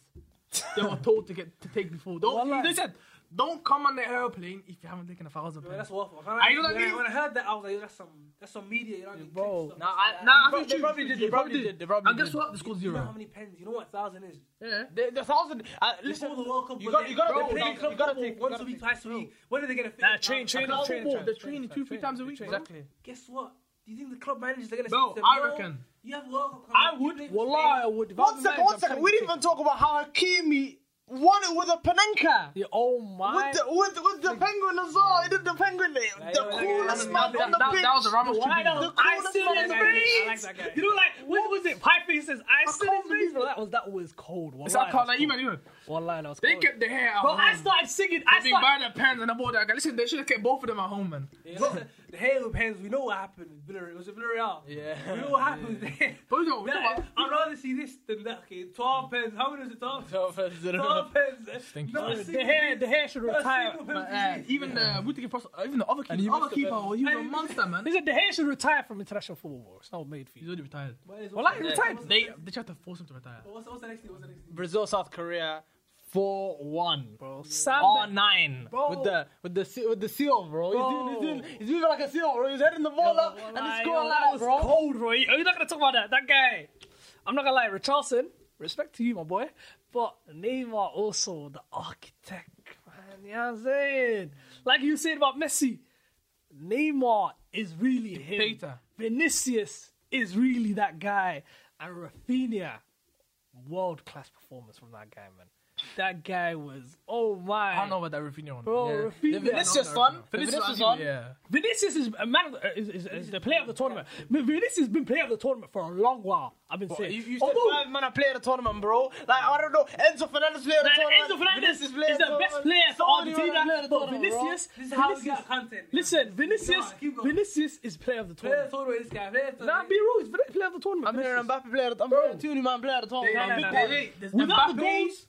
they were told to get to take before. Don't
Wallah.
they said don't come on the airplane if you haven't taken a thousand
Bro,
pens.
that's awful. When
you know what I
when
mean?
When I heard that, I was like, yo, that's some that's some media. You know what I mean?
Bro.
Click stuff,
Nah,
stuff
I-
like
nah,
that.
I think
They
true,
probably
true,
did,
They probably did. They probably
and guess
did.
what? They scored
You know how
zero.
many pens? You know what thousand is?
Yeah.
The, the thousand. Uh, listen,
Before the World Cup,
you
but
got
they-
you got
they're
to
playing
take
club
you got to
football
take
once a week, twice a week. When are they gonna finish?
Nah, train, train,
Club
train,
football,
train,
they're
train,
training
train,
two, three
train,
times a week.
train.
bro.
Exactly.
Guess what? Do you think the club managers are gonna?
Bro,
speak to them?
I
No,
reckon.
You have World Cup.
I
coming. You play
would,
for
wallah, I
Spain.
would. if I was
One
a
second,
manager,
one
I'm
second.
trying
We
to
didn't even talk about how Hakimi won it with a Panenka.
Yeah, oh my.
With the, with, with the penguin as well, he did the penguin, the, the
yeah, yeah,
coolest
yeah,
man
That,
on the
that-
pitch.
that was a Ramos
Why
tribute.
don't
The
I
coolest
still
man
in
in
the
the
race?
race.
You know, like what was it? Pipe says I still in the race, bro. That was that was cold. One
It's like,
line,
like even, even.
one line, I was
They
cold.
kept the hair out.
Bro, I
man.
started singing. I
I've been
started.
buying the pens and I bought that guy. Listen, they should have kept both of them at home, man.
Listen, the hair with hands, we know what happened. with Villarreal. It was a Villarreal.
Yeah.
We know what happened there.
But you know, you know
That-
what?
I'd rather see this than that. Okay, 12 pens. How many is it? 12
No offense, I don't know.
12 pens. Not a
The
single
hair,
pen.
the hair should
Not a
retire.
single
But,
pen
uh,
we see.
even the Whittaker Frost, uh, even the other keeper,
you
the other
missed the
keeper, oh, he was a
Hey,
monster, man.
He said the hair should retire from international football. Bro. It's not made for
He's
you.
already retired.
Well, I retired.
They they tried to force him to retire.
What's, what's the next thing? What's the next thing?
Brazil, South Korea, four one, bro.
Sam
R
Ben-
nine
Bro.
with the with the se- with the seal, bro. He's doing, he's doing he's doing like a seal, bro. He's heading the ball up and
Like,
he's scoring
yo,
like,
was
bro.
cold, bro. Are you not gonna talk about that? That guy. I'm not gonna lie, Richarlison. Respect to you, my boy. But Neymar also the architect, man. You know what I'm saying? Like you said about Messi, Neymar is really him.
Dictator.
Vinicius is really that guy, and Rafinha, world class performance from that guy, man. That guy was oh my.
I don't know about that Rafinha one.
Bro,
yeah.
The
Rafinha.
Vinicius one, the
Vinicius
Vinicius
Rafinha,
one.
Yeah.
Vinicius is a man of the, is, is, is the player of the tournament. But Vinicius has been player of the tournament for a long while. I've been saying.
You, you said
Although,
five man are player of the tournament, bro. Like I don't know, Enzo Fernandez player of the
like,
tournament.
Enzo Fernandez is
Vinicius
the
player of
best
tournament.
player for
Somebody wanna play
Argentina,
the tournament,
but
bro.
Vinicius,
This is how we
Vinicius-
got content.
listen, Vinicius,
Nah, keep going.
Vinicius is player of the tournament.
Player of the tournament, this guy. Player of the
Nah, be
tournament.
real, he's Vin- player of the tournament.
I'm hearing
Vinicius.
Mbappe player of the tournament. I'm hearing Tuni man player of the
They-
tournament.
they-
man.
they- there's
Without the
Mbappe.
goals,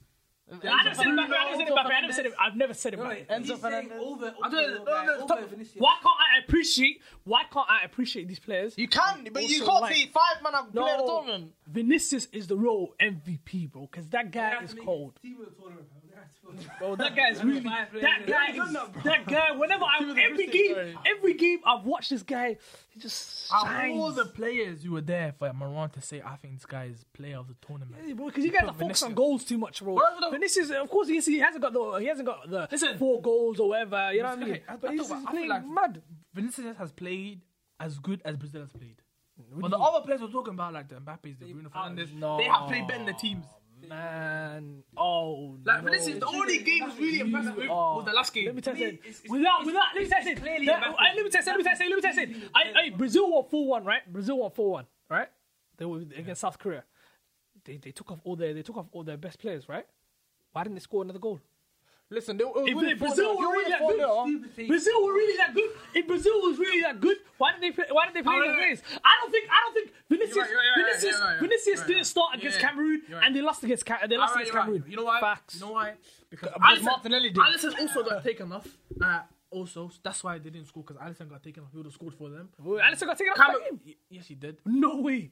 I never said Mbappe. I never said Mbappe. I never said it. I've never said it.
Right,
Enzo
he's saying
Fernandez.
over, over,
don't-
over,
no, no,
over
stop.
Vinicius.
Why can't I appreciate? Why can't I appreciate these players?
You can, but you
Also,
can't
like-
say five man are player of the tournament.
Vinicius is the real MVP, bro, because that
They
guy
have
is
to make
cold.
Team of the tournament. bro. They have to-
Bro, that guy is really
Five players,
that
yeah.
guy is that guy. Whenever I
the
every
Christian
game,
story.
every game I've watched this guy, he just
Out of all
shines.
the players who were there for Marouane to say, I think this guy is player of the tournament.
Because you guys are focused on goals too much, bro.
Bro, no.
Vinicius, of course, yes, he hasn't got the he hasn't got the
Listen.
four goals or whatever. You know what I mean?
Okay, I- I
but
thought-
he's
I feel
playing
like-
mad.
Vinicius has played as good as Brazil has played. But the other players we're talking about, like the Mbappes, the Bruno Fernandes, they have played better than the teams.
Man, oh
Like,
no.
but this is the only game was really impressive with, was the last game.
Let me tell
To
you,
me, it's- it's-
without, without, let me tell you,
clearly
that-
Mbappe.
I- let me tell you, let me tell you, let me tell you. I, I, Brazil won four one, right? Brazil won four one, right? They were against South Korea. They, they took off all their, they took off all their best players, right? Why didn't they score another goal?
Listen, they,
If they- Brazil were really that good, Brazil were really that good. If Brazil was really that good, why didn't they play? Why didn't they play
Oh,
the
yeah, yeah.
race? I don't think. I don't think Vinicius.
You're right, you're right, you're right,
Vinicius,
you're right, you're right.
Vinicius
You're right.
didn't start against
Yeah, yeah.
Cameroon,
You're right.
and they lost against. Ca- they lost
Alright,
against
you're right.
Cameroon.
You know why?
Facts.
You know why? Because
Martinelli did.
Alisson also got taken off. Uh, also, so that's why they didn't score because Alisson got taken off. He would have scored for them.
Well, Alisson got taken off
Camer-
that game.
Y- yes, he did.
No way.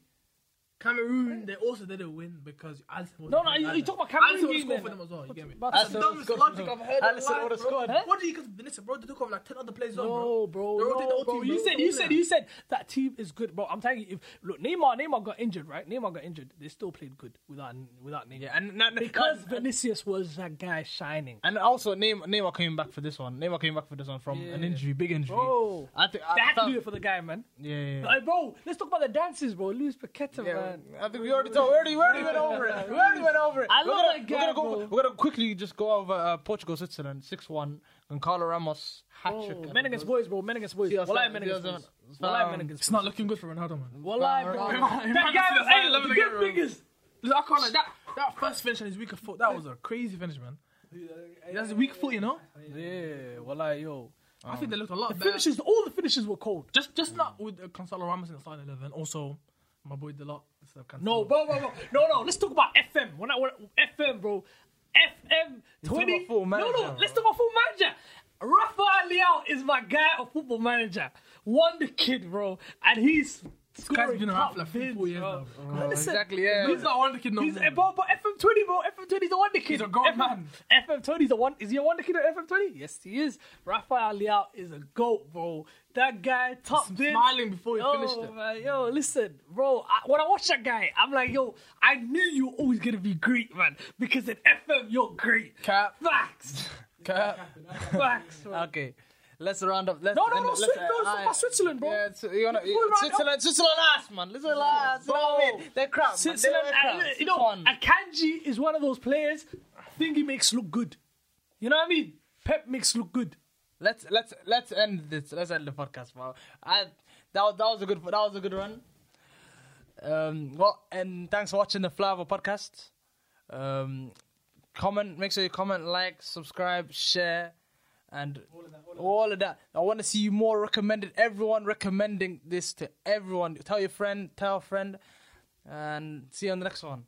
Cameroon, they also didn't win because Alisson. was
No, no, you- you talk about Cameroon
Alisson would
game
score
then.
for them as well. You get me?
But-
That's the
Alisson would've
dumbest
scored.
logic I've heard.
Alisson
in my life,
would've
bro.
scored.
What do you? Because Vinicius, bro, they took off like ten other players.
No, bro.
They rotated the
No,
whole
bro.
team,
You
bro.
said you
Don't
said
do
you said that team is good, bro. I'm telling you, if look, Neymar, Neymar got injured, right? Neymar got injured. They still played good without without Neymar.
Yeah, and uh, not,
because Vinicius was that guy shining.
And also, Neymar, Neymar came back for this one. Neymar came back for this one from an injury, big injury.
Bro.
I think I
They had
felt-
to do it for the guy, man.
yeah, yeah, yeah.
Like, bro, let's talk about the dances, bro. Luis Paqueta, man.
I think we already told, we already, we already went over it. We already went over it.
I
we're
love
gonna,
that
we're gonna
guy,
go.
bro.
We're gonna quickly just go over uh, Portugal, Switzerland, six one. Gonzalo Ramos hat trick.
Oh, men against boys, bro. Men against boys.
Yeah,
Wallahi,
so-
men
yeah,
against boys.
so-
Wallahi,
um,
men against
It's
boys.
not looking good for Ronaldo, man.
Wallahi, bro.
Ronaldo.
That guy,
Ronaldo.
hey,
Let me
the
get
big
Ronaldo.
fingers.
Look, I can't like that. That first finish on his weaker foot. That was a crazy finish, man. That's a weak foot, you know.
Yeah, wallahi, yo. um,
I think they looked a lot better.
Finishes, all the finishes were cold.
Just, just not with uh, Gonzalo Ramos in the starting eleven. Also, my boy Delot.
No, bro, bro, bro. No, no. Let's talk about FM. When I, when, FM, bro. FM
talking
20.
about full manager,
no, no.
bro.
Let's talk about full manager. Rafael Leao is my guy of football manager. Wonder kid, bro. And he's.
guy's
scoring
been around
top
for like three,
bins,
four years
bro.
now. bro.
Listen,
Exactly. Yeah.
He's not one of the kid no
He's,
more.
eh, bro, but FM20, bro. FM20 is a wonder kid.
He's a grown
FM,
man.
FM20 is a one. Is he a wonder kid at FM20? Yes, he is. Rafael Leao is a goat, bro. That guy, top bin.
smiling before he
yo,
finished it.
Man, yo, listen, bro. I, when I watch that guy, I'm like, yo, I knew you were always gonna be great, man. Because at FM, you're great.
Cap.
Facts.
Cap.
Facts. man.
Okay. Let's round up. Let's
No, no,
end
no,
up-
Swi-
let's-
no, it's
uh,
about Switzerland, bro.
Yeah, it's, you wanna,
Full round up.
Switzerland, Switzerland ass, man. Switzerland ass. You know what I mean? They're crap. man. They-
Switzerland,
they're
uh,
crap.
you know,
6-1.
Akanji is one of those players. Think he makes look good. You know what I mean? Pep makes look good.
Let's let's let's end this. Let's end the podcast, bro. I that was, that was a good that was a good run. Um, well, and thanks for watching the Flower podcast. Um, comment, make sure you comment, like, subscribe, share, and all of that. I want to see you more recommended. Everyone recommending this to everyone. Tell your friend, tell a friend, and see you on the next one.